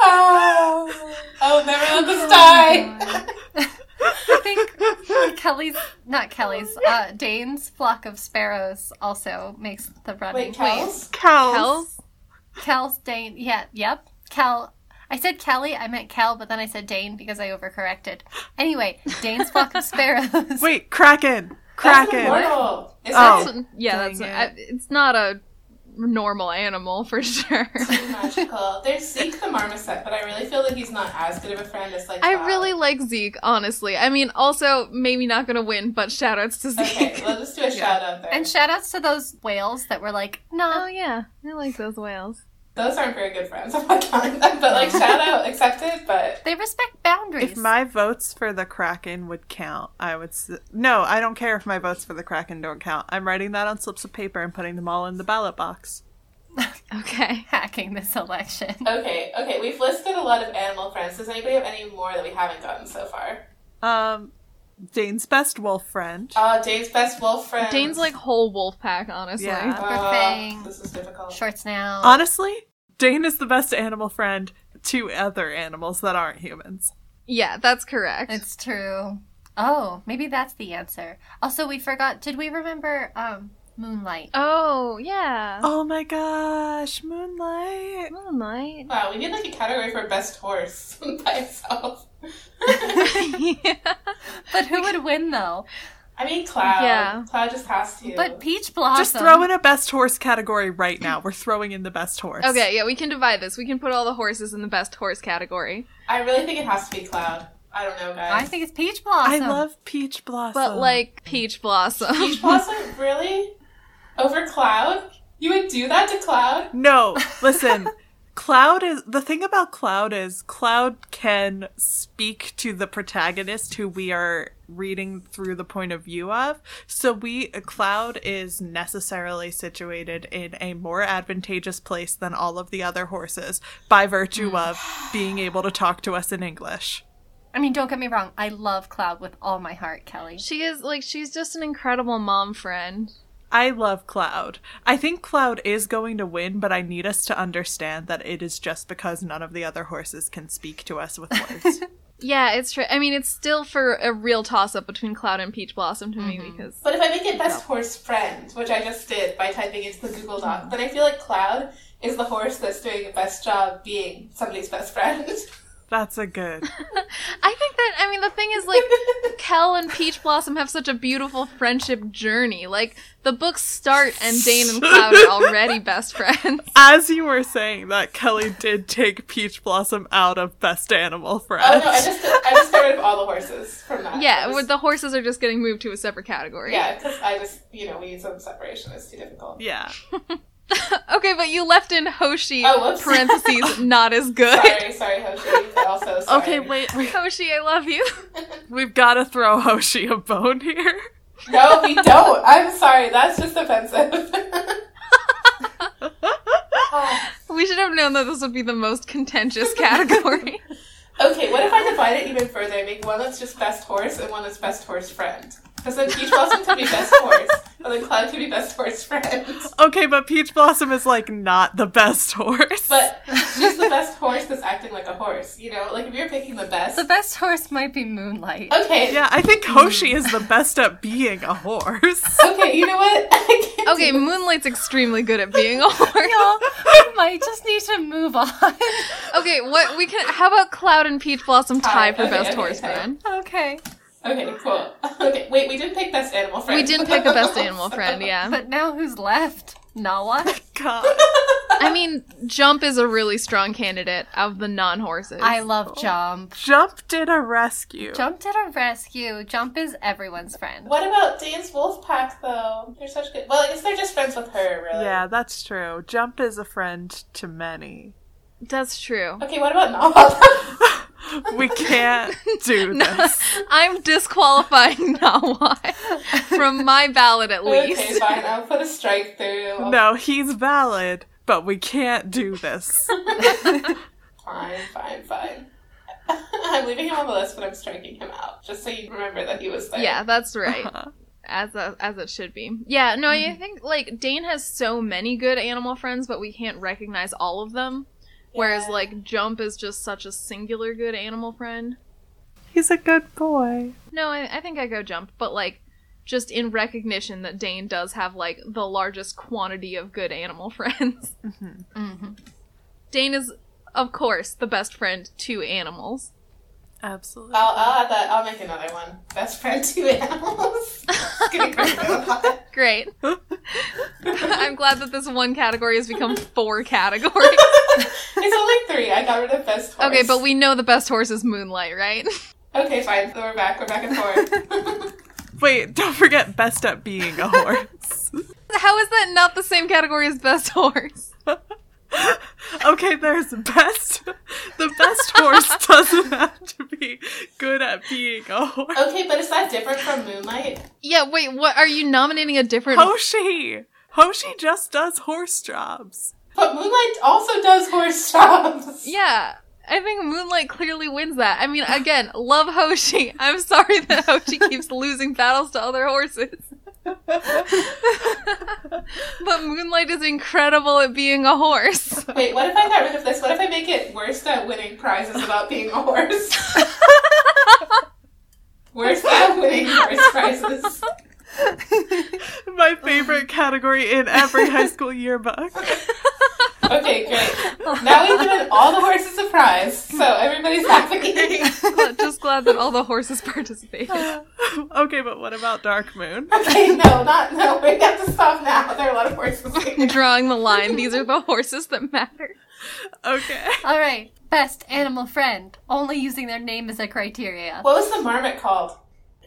S1: oh, I will never let this die.
S2: I think Kelly's, not Kelly's, uh, Dane's flock of sparrows also makes the running.
S1: Wait, Kells?
S4: Kel's.
S3: Hells?
S2: Kel's Dane. Yeah, yep. Kel. I said Kelly, I meant Kel, but then I said Dane because I overcorrected. Anyway, Dane's flock of sparrows.
S4: Wait, Kraken.
S1: That's an
S4: Kraken.
S1: immortal. Is that
S4: Oh.
S3: That's- yeah,
S4: Dang
S3: that's. I, it's not a normal animal for sure.
S1: really magical? There's Zeke the Marmoset, but I really feel that he's not as good of a friend as like.
S3: I
S1: Cloud.
S3: really like Zeke, honestly. I mean, also, maybe not gonna win, but shout outs to Zeke.
S1: Okay, well, let's do a shout out there.
S2: And shout outs to those whales that were like,
S3: Oh,
S4: Uh,
S2: nah.
S3: yeah, I like those whales.
S1: Those aren't very good friends. I'm not counting them, but like shout out accepted. But
S2: They respect boundaries.
S4: If my votes for the Kraken would count, I would. S- no, I don't care if my votes for the Kraken don't count. I'm writing that on slips of paper and putting them all in the ballot box.
S3: Okay.
S2: Hacking this election.
S1: okay, okay, we've listed a lot of animal friends. Does anybody have any more that we haven't gotten so far?
S4: Um, Dane's best wolf friend.
S1: Oh, Dane's best wolf friend.
S3: Dane's like whole wolf pack, honestly.
S4: Yeah.
S1: Oh,
S2: Griffin.
S1: this is difficult.
S2: Shorts now.
S4: Honestly, Dane is the best animal friend to other animals that aren't humans.
S3: Yeah, that's correct.
S2: It's true. Oh, maybe that's the answer. Also, we forgot. Did we remember um, Moonlight?
S3: oh, yeah.
S4: Oh my gosh, Moonlight.
S3: Oh, nice.
S1: Wow, we need like a category for best horse by itself.
S3: yeah.
S2: But who would win though?
S1: I mean, Cloud.
S3: Yeah.
S1: Cloud just has to.
S2: But Peach Blossom.
S4: Just throw in a best horse category right now. We're throwing in the best horse.
S3: Okay, yeah, we can divide this. We can put all the horses in the best horse category.
S1: I really think it has to be Cloud. I don't know, guys.
S2: I think it's Peach Blossom.
S4: I love Peach Blossom.
S3: But like Peach Blossom.
S1: Peach Blossom, really? Over Cloud? You would do that to Cloud?
S4: No, listen. Cloud is the thing about Cloud is Cloud can speak to the protagonist who we are reading through the point of view of. So we Cloud is necessarily situated in a more advantageous place than all of the other horses by virtue of being able to talk to us in English.
S2: I mean, don't get me wrong. I love Cloud with all my heart, Kelly.
S3: she is like she's just an incredible mom friend.
S4: I love Cloud. I think Cloud is going to win, but I need us to understand that it is just because none of the other horses can speak to us with words.
S3: Yeah, it's true. I mean, it's still for a real toss up between Cloud and Peach Blossom to me because
S1: But if I make it best horse friend, which I just did by typing into the Google Doc, then I feel like Cloud is the horse that's doing the best job being somebody's best friend.
S4: That's a good.
S3: I think that I mean the thing is like Kel and Peach Blossom have such a beautiful friendship journey. Like the books start and Dane and Cloud are already best friends.
S4: As you were saying that, Kelly did take Peach Blossom out of Best Animal Friend.
S1: oh no, I just I just got rid of all the horses from that.
S3: Yeah,
S1: I just-
S3: where the horses are just getting moved to a separate category.
S1: yeah, because I just you know we need some separation. It's too difficult.
S4: yeah.
S3: Okay, but you left in Hoshi
S1: Oh, whoops.
S3: parentheses not as good.
S1: Sorry, sorry, Hoshi. but Also, sorry.
S4: wait, wait.
S3: Hoshi, I love you.
S4: We've got to throw Hoshi a bone here.
S1: No, we don't. I'm sorry. That's just offensive. Oh.
S3: We should have known that this would be the most contentious category.
S1: okay, what if I divide it even further and make one that's just best horse and one that's best horse friend? Because then Peach Blossom could be best horse, and then Cloud could be best horse friend.
S4: Okay, but Peach Blossom is like not the best horse.
S1: But she's the best horse that's acting like a horse, you know? Like if you're picking the best.
S2: The best horse might be Moonlight.
S1: Okay,
S4: yeah, I think Hoshi is the best at being a horse.
S1: okay, you know what? I can't
S3: Okay,
S1: do this.
S3: Moonlight's extremely good at being a horse.
S2: Y'all, we might just need to move on.
S3: Okay, what we can? How about Cloud and Peach Blossom tie for
S1: Okay,
S3: best
S1: okay,
S3: horseman?
S2: okay.
S1: Okay, cool. Okay, wait, we didn't pick best animal friend.
S3: We didn't pick a best animal friend. Yeah,
S2: But now who's left? Nawa?
S4: God.
S3: I mean, Jump is a really strong candidate of the non-horses.
S2: I love Jump.
S4: Jump did a rescue.
S2: Jump did a rescue. Jump is everyone's friend.
S1: What about Dane's wolf pack though? They're such good. Well, I guess they're just friends with her, really.
S4: Yeah, that's true. Jump is a friend to many.
S3: That's true.
S1: Okay, what about Nawa?
S4: We can't do this.
S3: I'm disqualifying Nawai from my ballot at least.
S1: okay, fine. I'll put a strike through. I'll-
S4: No, he's valid, but we can't do this.
S1: Fine, fine, fine. I'm leaving him on the list, but I'm striking him out just so you remember that he was there.
S3: Yeah, that's right.
S4: Uh-huh.
S3: As a, as it should be. Yeah, no,
S1: Mm-hmm.
S3: I think like Dane has so many good animal friends, but we can't recognize all of them. Whereas
S1: Yeah.
S3: like Jump is just such a singular good animal friend.
S4: He's a good boy.
S3: No, I, I think I go Jump, but like just in recognition that Dane does have like the largest quantity of good animal friends. Mm-hmm.
S2: Mhm.
S3: Dane is of course the best friend to animals.
S4: Absolutely.
S1: I'll, I'll add that. I'll make another one. Best friend to animals. It's gonna go so high.
S3: Great. I'm glad that this one category has become four categories.
S1: it's only three. I got rid of best horse.
S3: Okay, but we know the best horse is Moonlight, right?
S1: Okay, fine. So we're back. We're back and forth.
S4: Wait, don't forget best at being a horse.
S3: How is that not the same category as best horse?
S4: okay, there's best. The best horse doesn't have to be good at being a horse.
S1: okay, but is that different from Moonlight?
S3: Yeah, wait, what are you nominating a different
S4: Hoshi! Hoshi just does horse jobs.
S1: But Moonlight also does horse jobs.
S3: Yeah. I think Moonlight clearly wins that. I mean, again, love Hoshi. I'm sorry that Hoshi keeps losing battles to other horses. but Moonlight is incredible at being a horse.
S1: Wait, what if I got rid of this? What if I make it worst at winning prizes about being a horse? worst at winning horse prizes.
S4: My favorite category in every high school yearbook.
S1: Okay, great. Now we've given all the horses a prize, so everybody's happy.
S3: Just glad that all the horses participated.
S4: Okay, but what about Dark Moon?
S1: Okay, no, not no. We have to stop now. There are a lot of horses. here.
S3: Drawing the line, these are the horses that matter.
S4: Okay.
S2: All right. Best animal friend. Only using their name as a criteria.
S1: What was the marmot called?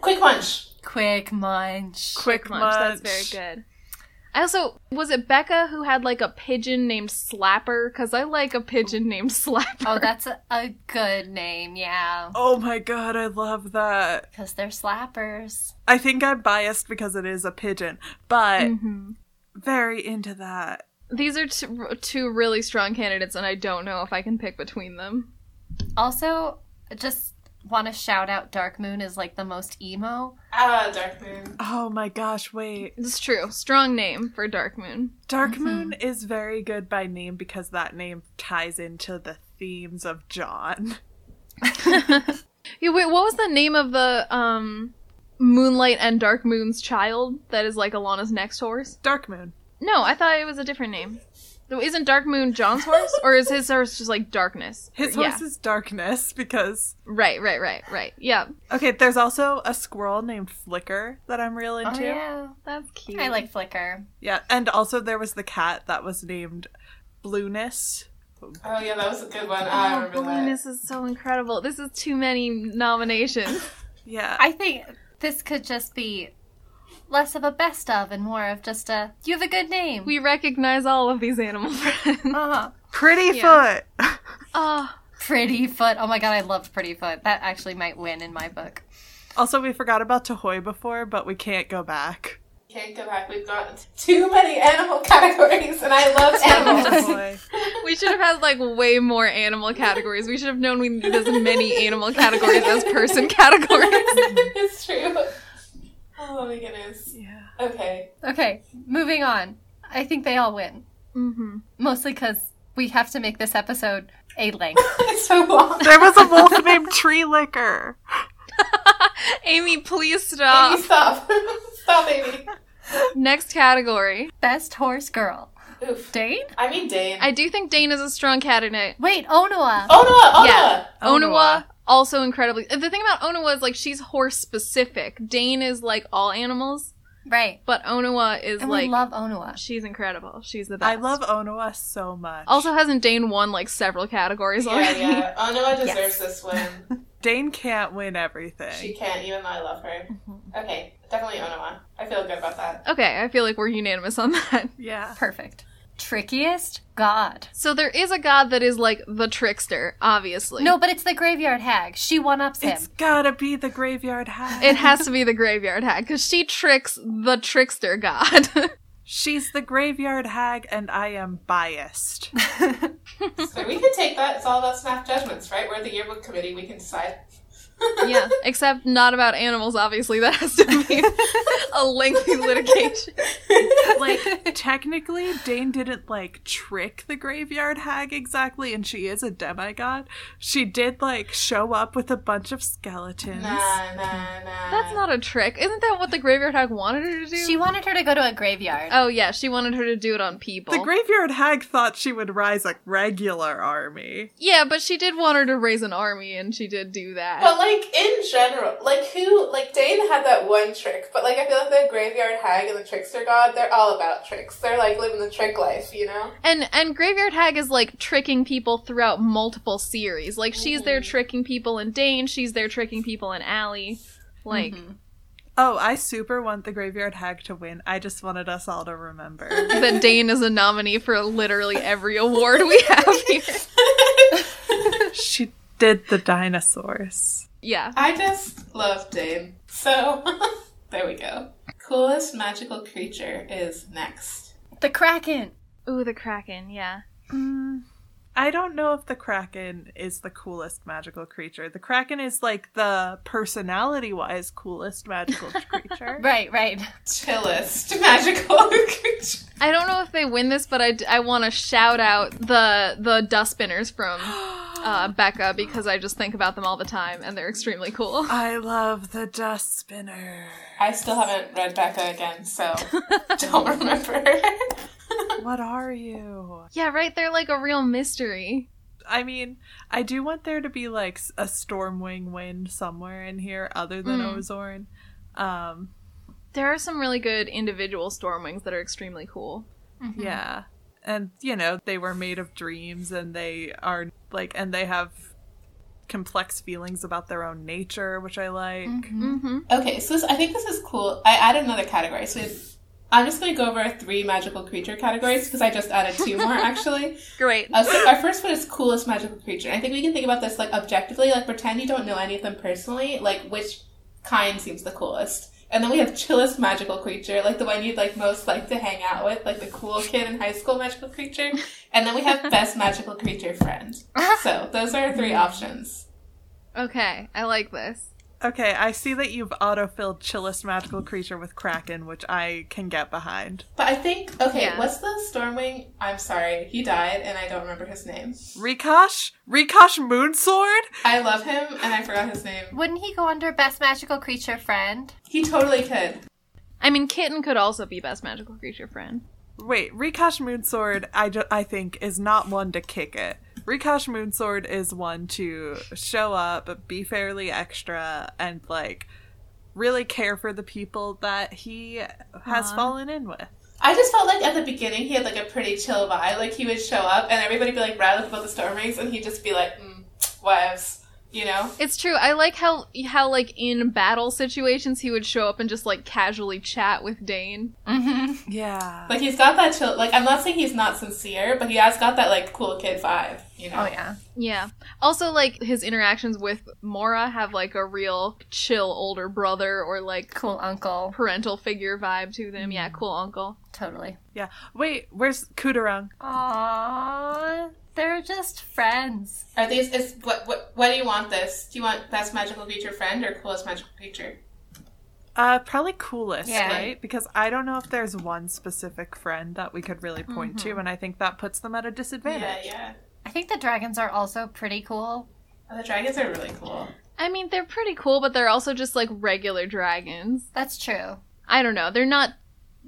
S1: Quick Munch.
S2: Quick Munch.
S4: Quick
S3: Munch,
S4: Munch.
S3: That's very good. I also was it Becca who had like a pigeon named Slapper because I like a pigeon named Slapper.
S2: Oh, that's a, a good name, yeah.
S4: Oh my god, I love that.
S2: Because they're slappers.
S4: I think I'm biased because it is a pigeon, but
S2: Mm-hmm.
S3: Mhm.
S4: very into that.
S3: These are two, two really strong candidates, and I don't know if I can pick between them.
S2: Also, just want to shout out Dark Moon is like the most emo.
S1: Ah, Dark Moon.
S4: Oh my gosh, wait.
S3: It's true. Strong name for Dark Moon.
S4: Dark
S2: Mm-hmm.
S4: Moon is very good by name because that name ties into the themes of John.
S3: Yeah, wait, what was the name of the um Moonlight and Dark Moon's child that is like Alana's next horse?
S4: Dark Moon.
S3: No, I thought it was a different name. Isn't Dark Moon John's horse, or is his horse just like Darkness?
S4: His
S3: Yeah.
S4: horse is Darkness because
S3: Right, right, right, right. Yeah,
S4: Okay, there's also a squirrel named Flicker that I'm real into.
S2: Oh, yeah.
S3: that's cute.
S2: I like Flicker.
S4: Yeah, and also there was the cat that was named Blueness.
S1: Oh yeah, that was a good one. I remember that.
S3: This is so incredible. This is too many nominations.
S4: Yeah.
S2: I think this could just be less of a best of and more of just a you have a good name.
S3: We recognize all of these animal friends.
S2: uh-huh.
S4: Pretty
S3: Yeah.
S4: Foot.
S3: Oh,
S2: Pretty Foot. Oh my god, I loved Pretty Foot. That actually might win in my book.
S4: Also, we forgot about Tahoy before, but we can't go back.
S1: Can't go back. We've got too many animal categories, and I love
S2: Oh.
S1: animals.
S4: Tahoy.
S3: We should have had like way more animal categories. We should have known we needed as many animal categories as person categories.
S1: it's true. Oh my goodness.
S4: yeah.
S1: Okay.
S2: Okay, moving on. I think they all win.
S3: Mm-hmm.
S2: Mostly because we have to make this episode a length.
S1: It's so long.
S4: There was a wolf named Tree Licker.
S3: Amy, please
S1: Baby,
S3: stop.
S1: stop. stop, baby.
S3: Next category.
S2: Best horse girl.
S1: Oof.
S2: Dane?
S1: I mean Dane.
S3: I do think Dane is a strong candidate.
S2: Wait, Onoa.
S1: oh no! Oh
S3: Yeah.
S4: Onawa.
S3: Onawa. also incredibly. The thing about Onawa is like she's horse specific. Dane is like all animals,
S2: Right.
S3: but Onawa is
S2: And
S3: like
S2: we love Onoa.
S3: she's incredible. She's the best.
S4: I love Onoa so much.
S3: Also, hasn't Dane won like several categories
S1: no! Yeah,
S3: already?
S1: yeah. Oh no! I deserve
S2: Yes.
S1: this one.
S4: Dane can't win
S1: She
S4: everything.
S1: can't, even though I love her. Okay, definitely Onawa. I feel good about that.
S3: Okay, I feel like we're unanimous on that.
S2: Ah.
S4: Yeah.
S2: Perfect. Trickiest? God.
S3: So there is a god that is like the trickster, obviously.
S2: No, but it's the graveyard hag. She one ups him.
S4: It's gotta be the graveyard hat.
S3: It has to be the graveyard hag because she tricks the trickster god.
S4: She's the graveyard hag, and I am biased.
S1: So we can take that. It's all about snap judgments, right? We're the yearbook committee. We can decide.
S3: yeah, except not about animals, obviously. That has to be a lengthy litigation.
S4: like, technically, Dane didn't, like, trick the graveyard hag exactly, and she is a demigod. She did, like, show up with a bunch of skeletons.
S1: Nah, nah, nah.
S3: That's not a trick. Isn't that what the graveyard hag wanted her to do?
S2: She wanted her to go to a graveyard.
S3: oh, yeah, she wanted her to do it on people.
S4: The graveyard hag thought she would rise a regular army.
S3: yeah, but she did want her to raise an army, and she did do that.
S1: But like in general, like who, like Dane had that one trick, but like I feel like the graveyard hag and the trickster god, they're all about tricks. They're like living the trick life, you know.
S3: And and Graveyard Hag is like tricking people throughout multiple series. Like she's there tricking people in Dane, she's there tricking people in Allie. Like
S4: Oh, I super want the graveyard hag to win. I just wanted us all to remember.
S3: that Dane is a nominee for literally every award we have here.
S4: she did the dinosaurs.
S3: Yeah.
S1: I just love Dane. So there we go. Coolest magical creature is next.
S2: Uh, The Kraken.
S3: Ooh, the Kraken, yeah.
S4: I don't know if the Kraken is the coolest magical creature. The Kraken is like the personality wise coolest magical creature.
S2: Right, right.
S1: Chillest magical creature.
S3: I don't know if they win this, but I, d- I want to shout out the the dustbinners from uh, Becca because I just think about them all the time and they're extremely cool.
S4: I love the dust spinner.
S1: I still haven't read Becca again, so don't remember.
S4: What are you?
S3: Yeah, right. They're like a real mystery.
S4: I mean, I do want there to be like s- a stormwing wind somewhere in here other than Ozorn. Um,
S3: There are some really good individual stormwings that are extremely cool.
S4: Yeah. And, you know, they were made of dreams and they are like, and they have complex feelings about their own nature, which I like.
S3: Mm-hmm.
S1: okay, so this, I think this is cool. I added another category. So we've- I'm just going to go over three magical creature categories because I just added two more actually.
S3: Great.
S1: Uh, so our first one is coolest magical creature. I think we can think about this like objectively, like pretend you don't know any of them personally, like which kind seems the coolest. And then we have chillest magical creature, like the one you'd like most like to hang out with, like the cool kid in high school magical creature. And then we have best magical creature friend. So those are our three options.
S3: Okay, I like this.
S4: Okay, I see that you've autofilled Chillest Magical Creature with Kraken, which I can get behind.
S1: But I think okay,
S3: Yeah.
S1: what's the Stormwing? I'm sorry, he died, and I don't remember his name.
S4: Rikosh? Rikosh Moonsword?
S1: I love him, and I forgot his name.
S2: Wouldn't he go under best magical creature friend?
S1: He totally could.
S3: I mean, kitten could also be best magical creature friend.
S4: Wait, Rikosh Moonsword, I, ju- I think, is not one to kick it. Rikosh Moonsword is one to show up, be fairly extra, and, like, really care for the people that he has fallen in with.
S1: I just felt like at the beginning he had like a pretty chill vibe. Like he would show up and everybody would be like rattled about the storm rings and he'd just be like, mm, wives. you know?
S3: It's true. I like how how like in battle situations he would show up and just like casually chat with Dane.
S4: Yeah.
S1: Like he's got that chill. Like I'm not saying he's not sincere, but he has got that like cool kid vibe. You know.
S2: Oh yeah.
S3: Yeah. Also like his interactions with Mora have like a real chill older brother or like
S2: Cool uncle.
S3: parental figure vibe to them. Yeah, cool uncle.
S2: Totally.
S4: Yeah. Wait, where's Kudarang?
S2: Aww. They're just friends.
S1: Are these? Is what? What? What do you want? This? Do you want best magical creature friend or coolest magical creature?
S4: Uh, probably coolest,
S2: Yeah.
S4: right? Because I don't know if there's one specific friend that we could really point to, and I think that puts them at a
S1: Yeah,
S4: disadvantage.
S1: yeah.
S2: I think the dragons are also pretty cool.
S1: Oh, the dragons are really cool.
S3: I mean, they're pretty cool, but they're also just like regular dragons.
S2: That's true.
S3: I don't know. They're not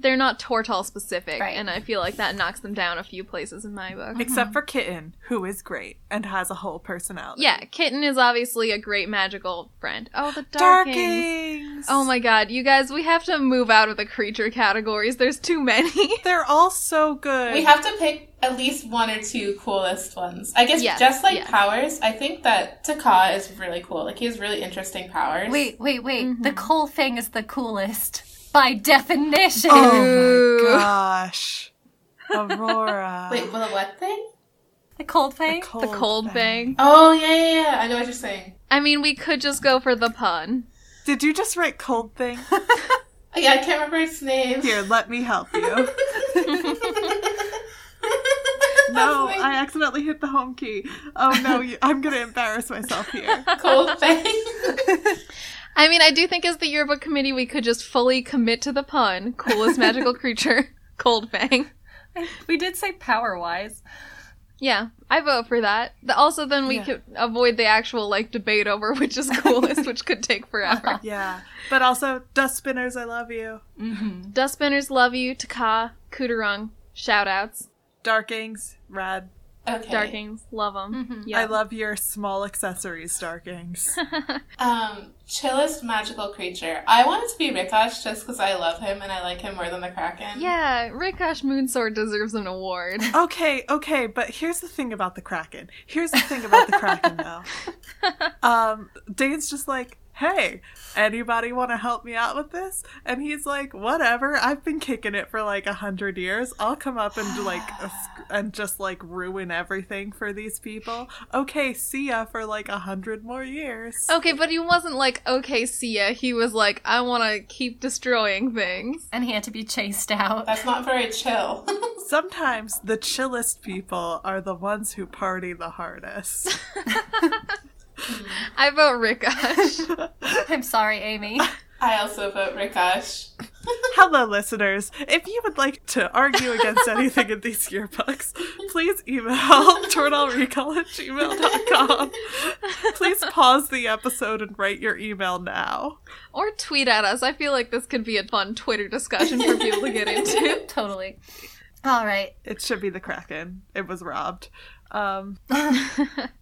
S3: they're not Tortal specific,
S2: Right.
S3: and I feel like that knocks them down a few places in my book.
S4: Except for Kitten, who is great and has a whole personality.
S3: Yeah, Kitten is obviously a great magical friend. Oh, the darkings.
S4: Darkings!
S3: Oh my god, you guys, we have to move out of the creature categories. There's too many.
S4: They're all so good.
S1: We have to pick at least one or two coolest ones. I guess
S3: Yes,
S1: just like
S3: yes.
S1: powers, I think that Taka is really cool. Like he has really interesting powers.
S2: Wait, wait, wait. The cool thing is the coolest by definition.
S4: oh
S3: Ooh.
S4: my gosh. Aurora.
S1: Wait, well, the what thing?
S2: The cold thing.
S3: the cold bang.
S1: Oh yeah, yeah, yeah. I know what you're saying.
S3: I mean, we could just go for the pun.
S4: Did you just write cold thing?
S1: Oh, yeah, I can't remember its name.
S4: Here, let me help you. No,
S1: no,
S4: I accidentally hit the home key. Oh no, you- I'm gonna embarrass myself here.
S1: cold thing.
S3: I mean, I do think as the yearbook committee, we could just fully commit to the pun. Coolest magical creature, Cold Fang.
S2: We did say power wise.
S3: Yeah, I vote for that. The, also, then we
S4: Yeah.
S3: could avoid the actual like debate over which is coolest, which could take forever.
S4: Yeah, but also dust spinners, I love you.
S3: Dustbiners love you, Taka, Kudarung, shoutouts,
S4: Darkings, rad.
S1: Okay.
S3: Darkings, love them.
S4: I love your small accessories, Darkings.
S1: Um, chillest magical creature. I want it to be Rikosh just because I love him and I like him more than the Kraken.
S3: Yeah, Rikosh Moonsword deserves an award.
S4: okay, okay, but here's the thing about the Kraken. Here's the thing about the Kraken, though. Um, Dane's just like, hey, anybody want to help me out with this? And he's like, whatever. I've been kicking it for like a hundred years. I'll come up and like a sc- and just like ruin everything for these people. Okay, see ya for like a hundred more years.
S3: Okay, but he wasn't like, okay, see ya. He was like, I want to keep destroying things.
S2: And he had to be chased out.
S1: That's not very chill.
S4: Sometimes the chillest people are the ones who party the hardest.
S3: I vote Rikosh.
S2: I'm sorry, Amy.
S1: I also vote Rikosh.
S4: Hello, listeners. If you would like to argue against anything in these yearbooks, please email tornalrecall at gmail.com. Please pause the episode and write your email now.
S3: or tweet at us. I feel like this could be a fun Twitter discussion for people to get into.
S2: totally. All right.
S4: It should be the Kraken. It was robbed. Um,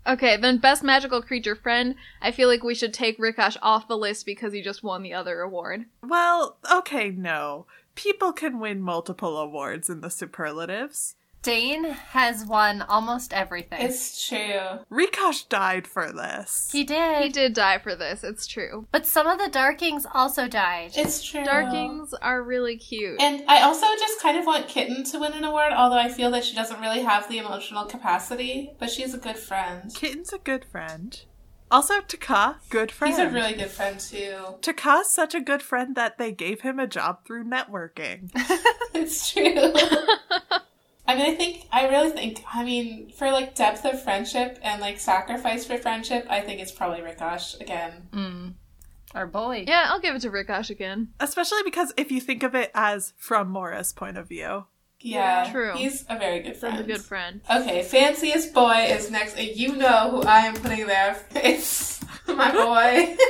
S3: okay, then best magical creature friend. I feel like we should take Rikosh off the list because he just won the other award.
S4: well, okay, no. People can win multiple awards in the superlatives.
S2: Dane has won almost everything.
S1: It's true.
S4: Rikosh died for this.
S2: he did.
S3: He did die for this. It's true.
S2: But some of the Darkings also died.
S1: It's true.
S3: Darkings are really cute.
S1: And I also just kind of want Kitten to win an award, although I feel that she doesn't really have the emotional capacity, but she's a good friend.
S4: Kitten's a good friend. Also, Taka, good friend.
S1: He's a really good friend too.
S4: Taka's such a good friend that they gave him a job through networking.
S1: It's true. I mean, I think, I really think, I mean, for like depth of friendship and like sacrifice for friendship, I think it's probably Rikosh again.
S3: Mm.
S2: Our boy.
S3: yeah, I'll give it to Rikosh again.
S4: Especially because if you think of it as from Mora's point of view.
S1: Yeah.
S3: True.
S1: He's a very good friend.
S3: A good friend.
S1: Okay, fanciest boy is next. and You know who I am putting there. It's my boy.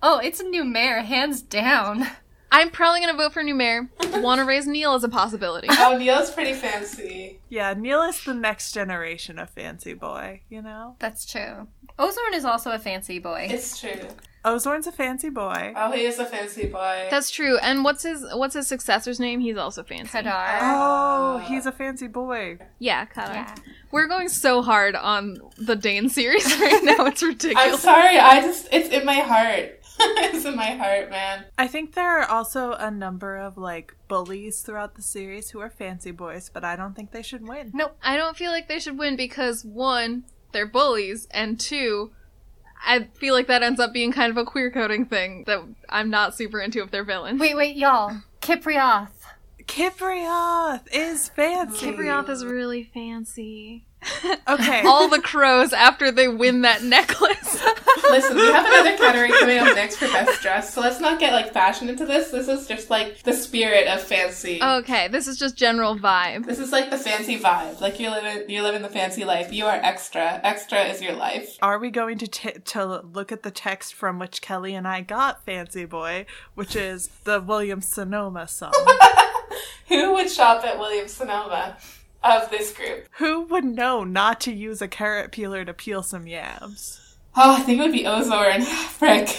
S2: Oh, it's a new mayor, hands down.
S3: I'm probably gonna vote for new mayor. Wanna raise Neil as a possibility.
S1: oh, Neil's pretty fancy.
S4: Yeah, Neil is the next generation of fancy boy, you know?
S2: That's true. Ozorn is also a fancy boy.
S1: It's true.
S4: Ozorn's a fancy boy.
S1: Oh, he is a fancy boy.
S3: That's true. And what's his what's his successor's name? He's also fancy.
S2: Kadar.
S4: Oh, he's a fancy boy.
S3: Yeah, Kadar.
S2: Yeah.
S3: We're going so hard on the Dane series right now. It's
S1: I'm
S3: ridiculous.
S1: sorry. I just it's in my heart. it's in my heart, man.
S4: I think there are also a number of like bullies throughout the series who are fancy boys, but I don't think they should win.
S3: I don't feel like they should win because one, they're bullies, and two, I feel like that ends up being kind of a queer coding thing that I'm not super into if they're villains.
S2: Wait, wait, y'all. Kiprioth.
S4: Kiprioth is fancy.
S3: Kiprioth is really fancy.
S4: Okay.
S3: All the crows after they win that necklace.
S1: Listen, we have another category coming up next for best dress, so let's not get like fashion into this. This is just like the spirit of fancy.
S3: okay, this is just general vibe.
S1: This is like the fancy vibe. Like you're living, you're living the fancy life. You are extra. Extra is your life.
S4: are we going to t- to look at the text from which Kelly and I got "Fancy Boy," which is the William Sonoma song?
S1: Who would shop at Williams Sonoma of this group?
S4: Who would know not to use a carrot peeler to peel some yams?
S1: Oh, I think it would be Ozorn. Frick.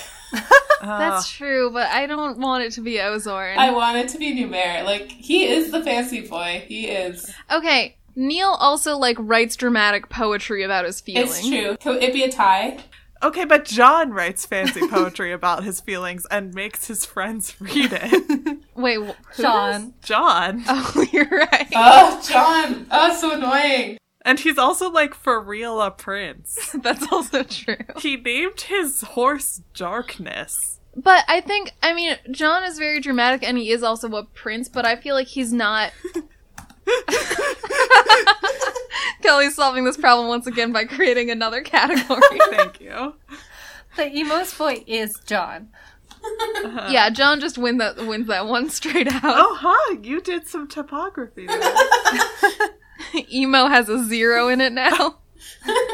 S3: That's true, but I don't want it to be Ozorn.
S1: I wanted to be Numer. Like he is the fancy boy. He is.
S3: Okay, Neil also like writes dramatic poetry about his feelings.
S1: It's true. Could it be a tie?
S4: Okay, but John writes fancy poetry about his feelings and makes his friends read it.
S3: Wait, wh- who is-
S2: Sean.
S4: John.
S3: Oh, you're right.
S1: Oh, John. Oh, so annoying.
S4: And he's also like for real a prince.
S3: That's also true.
S4: He named his horse Darkness.
S3: But I think I mean John is very dramatic and he is also a prince, but I feel like he's not Kelly's solving this problem once again by creating another category.
S4: Thank you.
S2: The emo's boy is John.
S3: yeah, John just win that wins that one straight out.
S4: Oh, huh, you did some topography there.
S3: Emo has a zero in it now.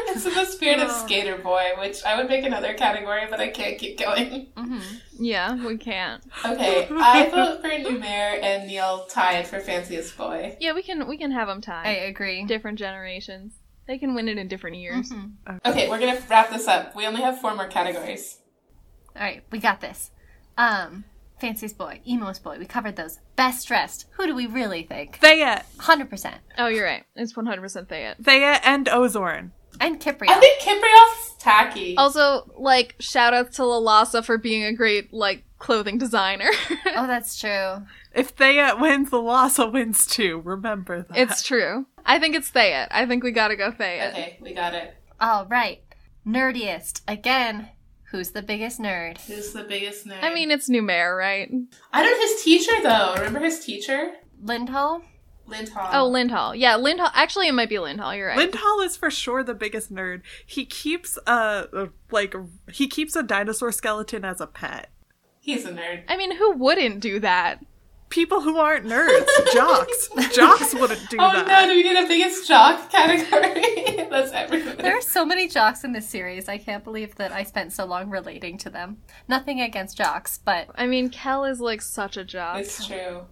S1: It's in the spirit of skater boy, which I would make another category, but I can't keep going.
S3: Yeah, we can't.
S1: Okay, I vote for Numer and Neil tied for fanciest boy.
S3: Yeah, we can we can have them tied.
S2: I agree.
S3: Different generations. They can win it in different years.
S1: Okay, we're gonna wrap this up. We only have four more categories.
S2: All right, we got this. Um, fanciest boy, emo's boy. We covered those. Best dressed. Who do we really think?
S4: Thea.
S2: Hundred percent.
S3: Oh, you're right. It's 100% Thayet.
S4: Thea and Ozorn.
S2: And
S1: I
S2: Kiprioth.
S1: think Kiprioth's tacky.
S3: Also, like, shout out to Lalasa for being a great, like, clothing designer.
S2: oh, that's true.
S4: If Thea wins, the Lhasa wins too. Remember that.
S3: it's true. I think it's Thayet. I think we gotta go Thayet.
S1: Okay, we got it.
S2: All right, nerdiest again. Who's the biggest nerd?
S1: Who's the biggest nerd?
S3: I mean, it's Numair, right?
S1: I don't know his teacher though. Remember his teacher,
S2: Lindholm.
S1: Lindholm.
S3: Oh, Lindhall. Yeah, Lindhall. Actually, it might be Lindhall. You're right.
S4: Lindhall is for sure the biggest nerd. He keeps a a- like he keeps a dinosaur skeleton as a pet.
S1: he's a nerd.
S3: I mean, who wouldn't do that?
S4: People who aren't nerds, jocks, jocks wouldn't do
S1: Oh
S4: that.
S1: no, do we need a biggest jock category? That's everything.
S2: There are so many jocks in this series. I can't believe that I spent so long relating to them. Nothing against jocks, but
S3: I mean, Kel is, like, such a job.
S1: It's true.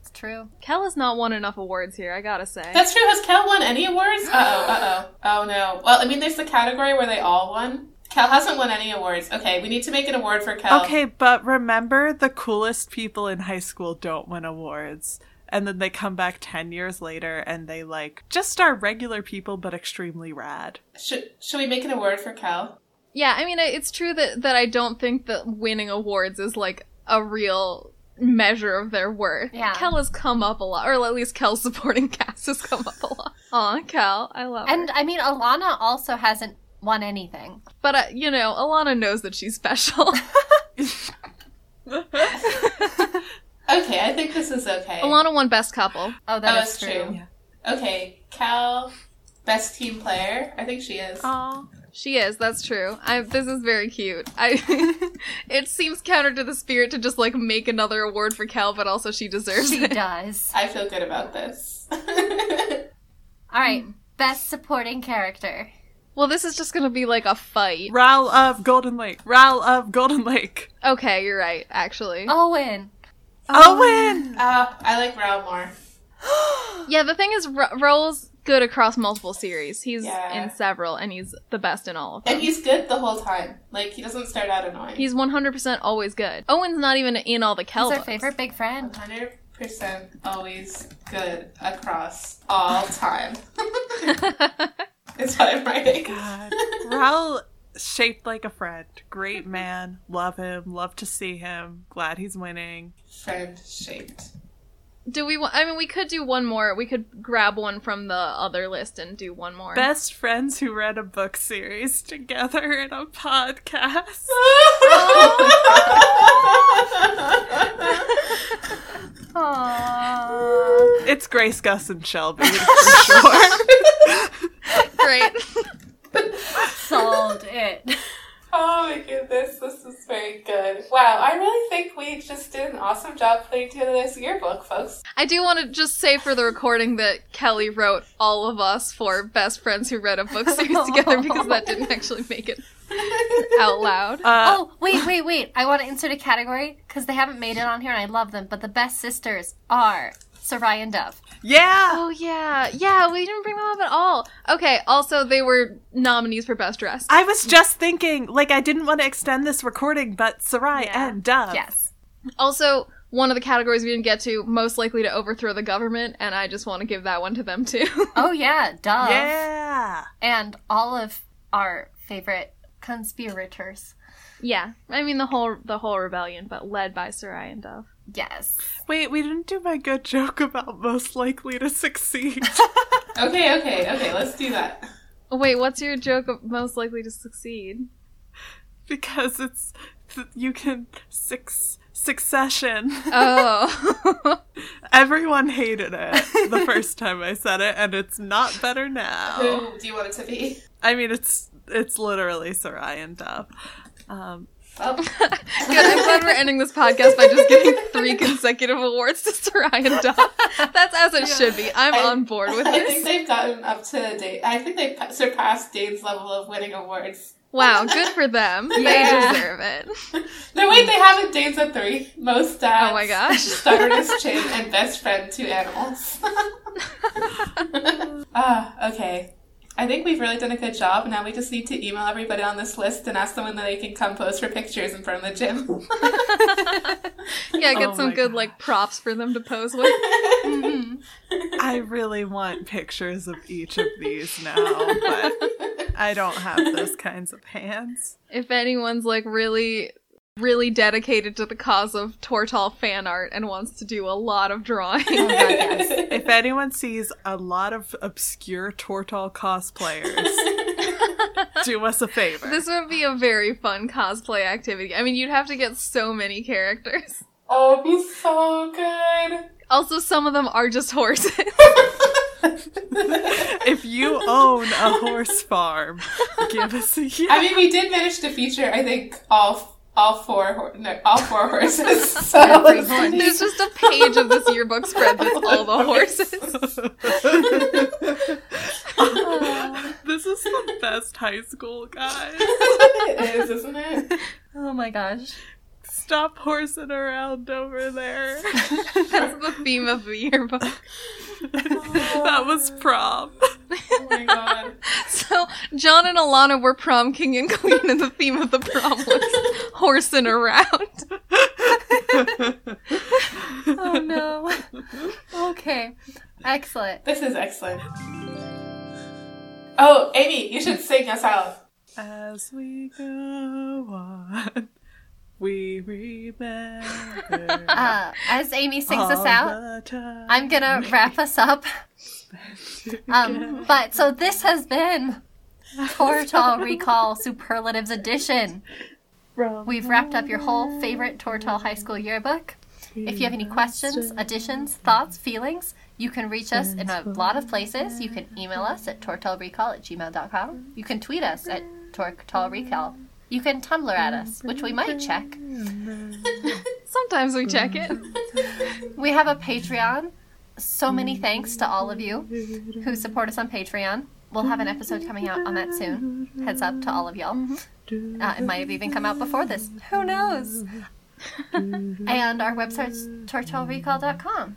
S2: it's true.
S3: Kel has not won enough awards here, I gotta say.
S1: That's true. Has Cal won any awards? Uh oh, uh oh. Oh no. Well, I mean, there's the category where they all won. Cal hasn't won any awards. Okay, we need to make an award for Cal.
S4: Okay, but remember the coolest people in high school don't win awards. And then they come back 10 years later and they like just are regular people but extremely rad.
S1: Should, should we make an award for Cal?
S3: Yeah, I mean, I- it's true that, that I don't think that winning awards is like a real measure of their worth.
S2: Yeah.
S3: Kel has come up a lot, or at least Kel's supporting cast has come up a lot. Aw, Kel, I love
S2: And I mean, Alana also hasn't won anything.
S3: her. But, uh, you know, Alana knows that she's special.
S1: Okay, I think this is okay.
S3: Alana won Best Couple.
S2: Oh,
S1: oh,
S2: that is
S1: that's true. Okay, Cal, best team player. I think she is.
S4: Aww.
S3: She is, that's true. I, this is very cute. I, it seems counter to the spirit to just, like, make another award for Kel, but also she deserves
S2: She
S3: it.
S2: does.
S1: I feel good about this.
S2: All right, best supporting character.
S3: Well, this is just gonna be, like, a fight.
S4: Ral of Golden Lake. Ral of Golden Lake.
S3: Okay, you're right, actually.
S2: Owen.
S4: Owen!
S1: Ah, I like Ral more.
S2: Oh.
S3: Yeah, the thing is, R- Roel's good across multiple series. He's
S1: Yeah.
S3: in several, and he's the best in all of them.
S1: And he's good the whole time. Like he doesn't start out annoying.
S3: He's 100% always good. Owen's not even in all the Kel
S2: He's our
S3: books.
S2: favorite big friend.
S1: hundred percent always good across all time. Is what I'm writing.
S4: God. Raul shaped like a friend. Great man. Love him. Love to see him. Glad he's winning.
S1: Friend shaped.
S3: Do we want, I mean, we could do one more. We could grab one from the other list and do one more.
S4: Best friends who read a book series together in a podcast.
S2: Aww.
S4: It's Grace, Gus, and Shelby for sure.
S3: Great.
S2: Solved it.
S1: Oh my goodness, this is very good. Wow, I really think we just did an awesome job putting together this yearbook, folks.
S3: I do want to just say for the recording that Kelly wrote all of us for best friends who read a book series together because that didn't actually make it out loud.
S4: Uh,
S2: Oh, wait, wait, wait. I want to insert a category because they haven't made it on here and I love them, but the best sisters are Soraya and Dove.
S4: Yeah.
S3: Oh yeah, yeah. We didn't bring them up at all. Okay. Also, they were nominees for best dressed.
S4: I was just thinking, like, I didn't want to extend this recording, but Sarai
S3: Yeah.
S4: and Dove.
S2: Yes.
S3: Also, one of the categories we didn't get to, most likely to overthrow the government, and I just want to give that one to them too.
S2: Oh, yeah, Dove.
S4: Yeah.
S2: And all of our favorite conspirators.
S3: yeah, I mean the whole the whole rebellion, but led by Sarai and Dove.
S2: Yes.
S4: Wait, we didn't do my good joke about most likely to succeed.
S1: Okay, okay, okay, let's do that.
S3: Oh, wait, what's your joke of most likely to succeed?
S4: because it's th- you can six succession
S3: Oh,
S4: everyone hated it the first time i said it and it's not better now
S1: Who do you want it to be?
S4: i mean it's it's literally sarai and dove um,
S1: Oh,
S3: good. I'm glad we're ending this podcast by just giving three consecutive awards to Sarai and Dove. That's as it should be. I'm
S1: I-
S3: on board with
S1: I think
S3: this.
S1: they've gotten up to date. I think they've pa- surpassed Dane's level of winning awards.
S3: Wow, good for them.
S2: Yeah.
S3: They deserve it.
S1: No, wait, they haven't. Dane's at three. Most dads.
S3: Oh my gosh.
S1: Stubbornest chin and best friend to animals. ah, okay. I think we've really done a good job. Now we just need to email everybody on this list and ask them when they can come pose for pictures in front of the gym.
S3: Yeah, get
S4: Oh
S3: some
S4: my
S3: good
S4: God.
S3: like props for them to pose with.
S4: i really want pictures of each of these now but i don't have those kinds of hands
S3: if anyone's like really really dedicated to the cause of Tortal fan art and wants to do a lot of drawing.
S4: if anyone sees a lot of obscure tortall cosplayers do us a favor
S3: this would be a very fun cosplay activity. I mean, you'd have to get so many characters.
S1: oh, it'd be so good.
S3: Also, some of them are just horses.
S4: if you own a horse farm, give us a
S1: I
S4: yes.
S1: mean, we did manage to feature, I think, all all four hor- no, all four horses. So let's
S3: There's just a page of this yearbook spread with all the horses.
S4: this is the best high school, guys.
S1: it is, isn't it?
S2: Oh my gosh.
S4: Stop horsing around over there.
S3: That's the theme of the yearbook.
S4: that was prom.
S1: Oh my god.
S3: So John and Alana were prom king and queen, and the theme of the prom was horsing around.
S2: Oh no. okay. Excellent.
S1: This is excellent. Oh, Amy, you should sing us out.
S4: As we go on, we remember.
S2: Uh, as Amy sings
S4: all
S2: us out,
S4: the time.
S2: I'm gonna wrap us up. Um, but so this has been Tortal Recall Superlatives Edition.
S4: From
S2: We've wrapped up your whole favorite Tortal High School yearbook. If you have any questions, additions, thoughts, feelings, you can reach us in a lot of places. You can email us at tortalrecall at gmail.com. You can tweet us at tortalrecall. You can Tumblr at us, which we might check.
S3: Sometimes we check it.
S2: We have a Patreon. So many thanks to all of you who support us on Patreon. We'll have an episode coming out on that soon. Heads up to all of y'all. Uh, it might have even come out before this. Who knows? and our website's tortalrecall.com.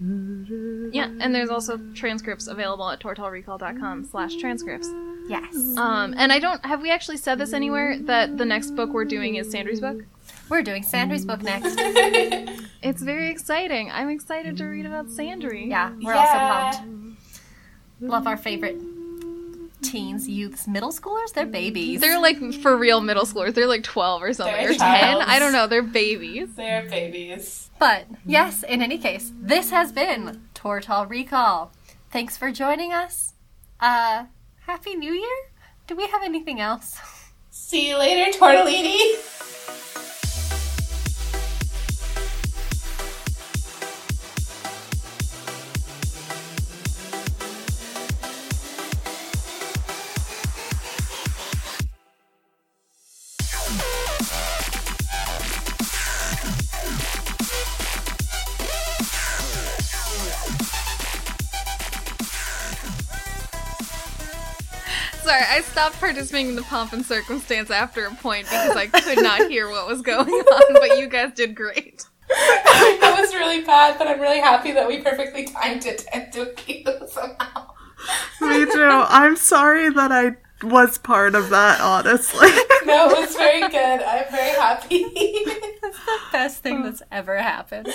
S3: Yeah, and there's also transcripts available at tortellrecall.com slash transcripts.
S2: Yes.
S3: Um, and I don't, have we actually said this anywhere that the next book we're doing is Sandry's book?
S2: We're doing Sandry's book next.
S3: It's very exciting. I'm excited to read about Sandry.
S2: Yeah, we're
S1: Yeah.
S2: also pumped. Love our favorite teens, youths, middle schoolers. They're babies.
S3: They're like for real middle schoolers. They're like 12 or something,
S1: They're
S3: or 10.
S1: childs.
S3: I don't know. They're babies.
S1: They're babies.
S2: But yes, in any case, this has been Tortal Recall. Thanks for joining us. Uh, Happy New Year? Do we have anything else?
S1: See you later, tortellini.
S3: Sorry, I stopped participating in the pomp and circumstance after a point because I could not hear what was going on, but you guys did great.
S1: that was really bad, but I'm really happy that we perfectly timed it and to you somehow.
S4: Me too. I'm sorry that I was part of that, honestly.
S1: No, it was very good. I'm very happy.
S2: Best thing that's ever happened.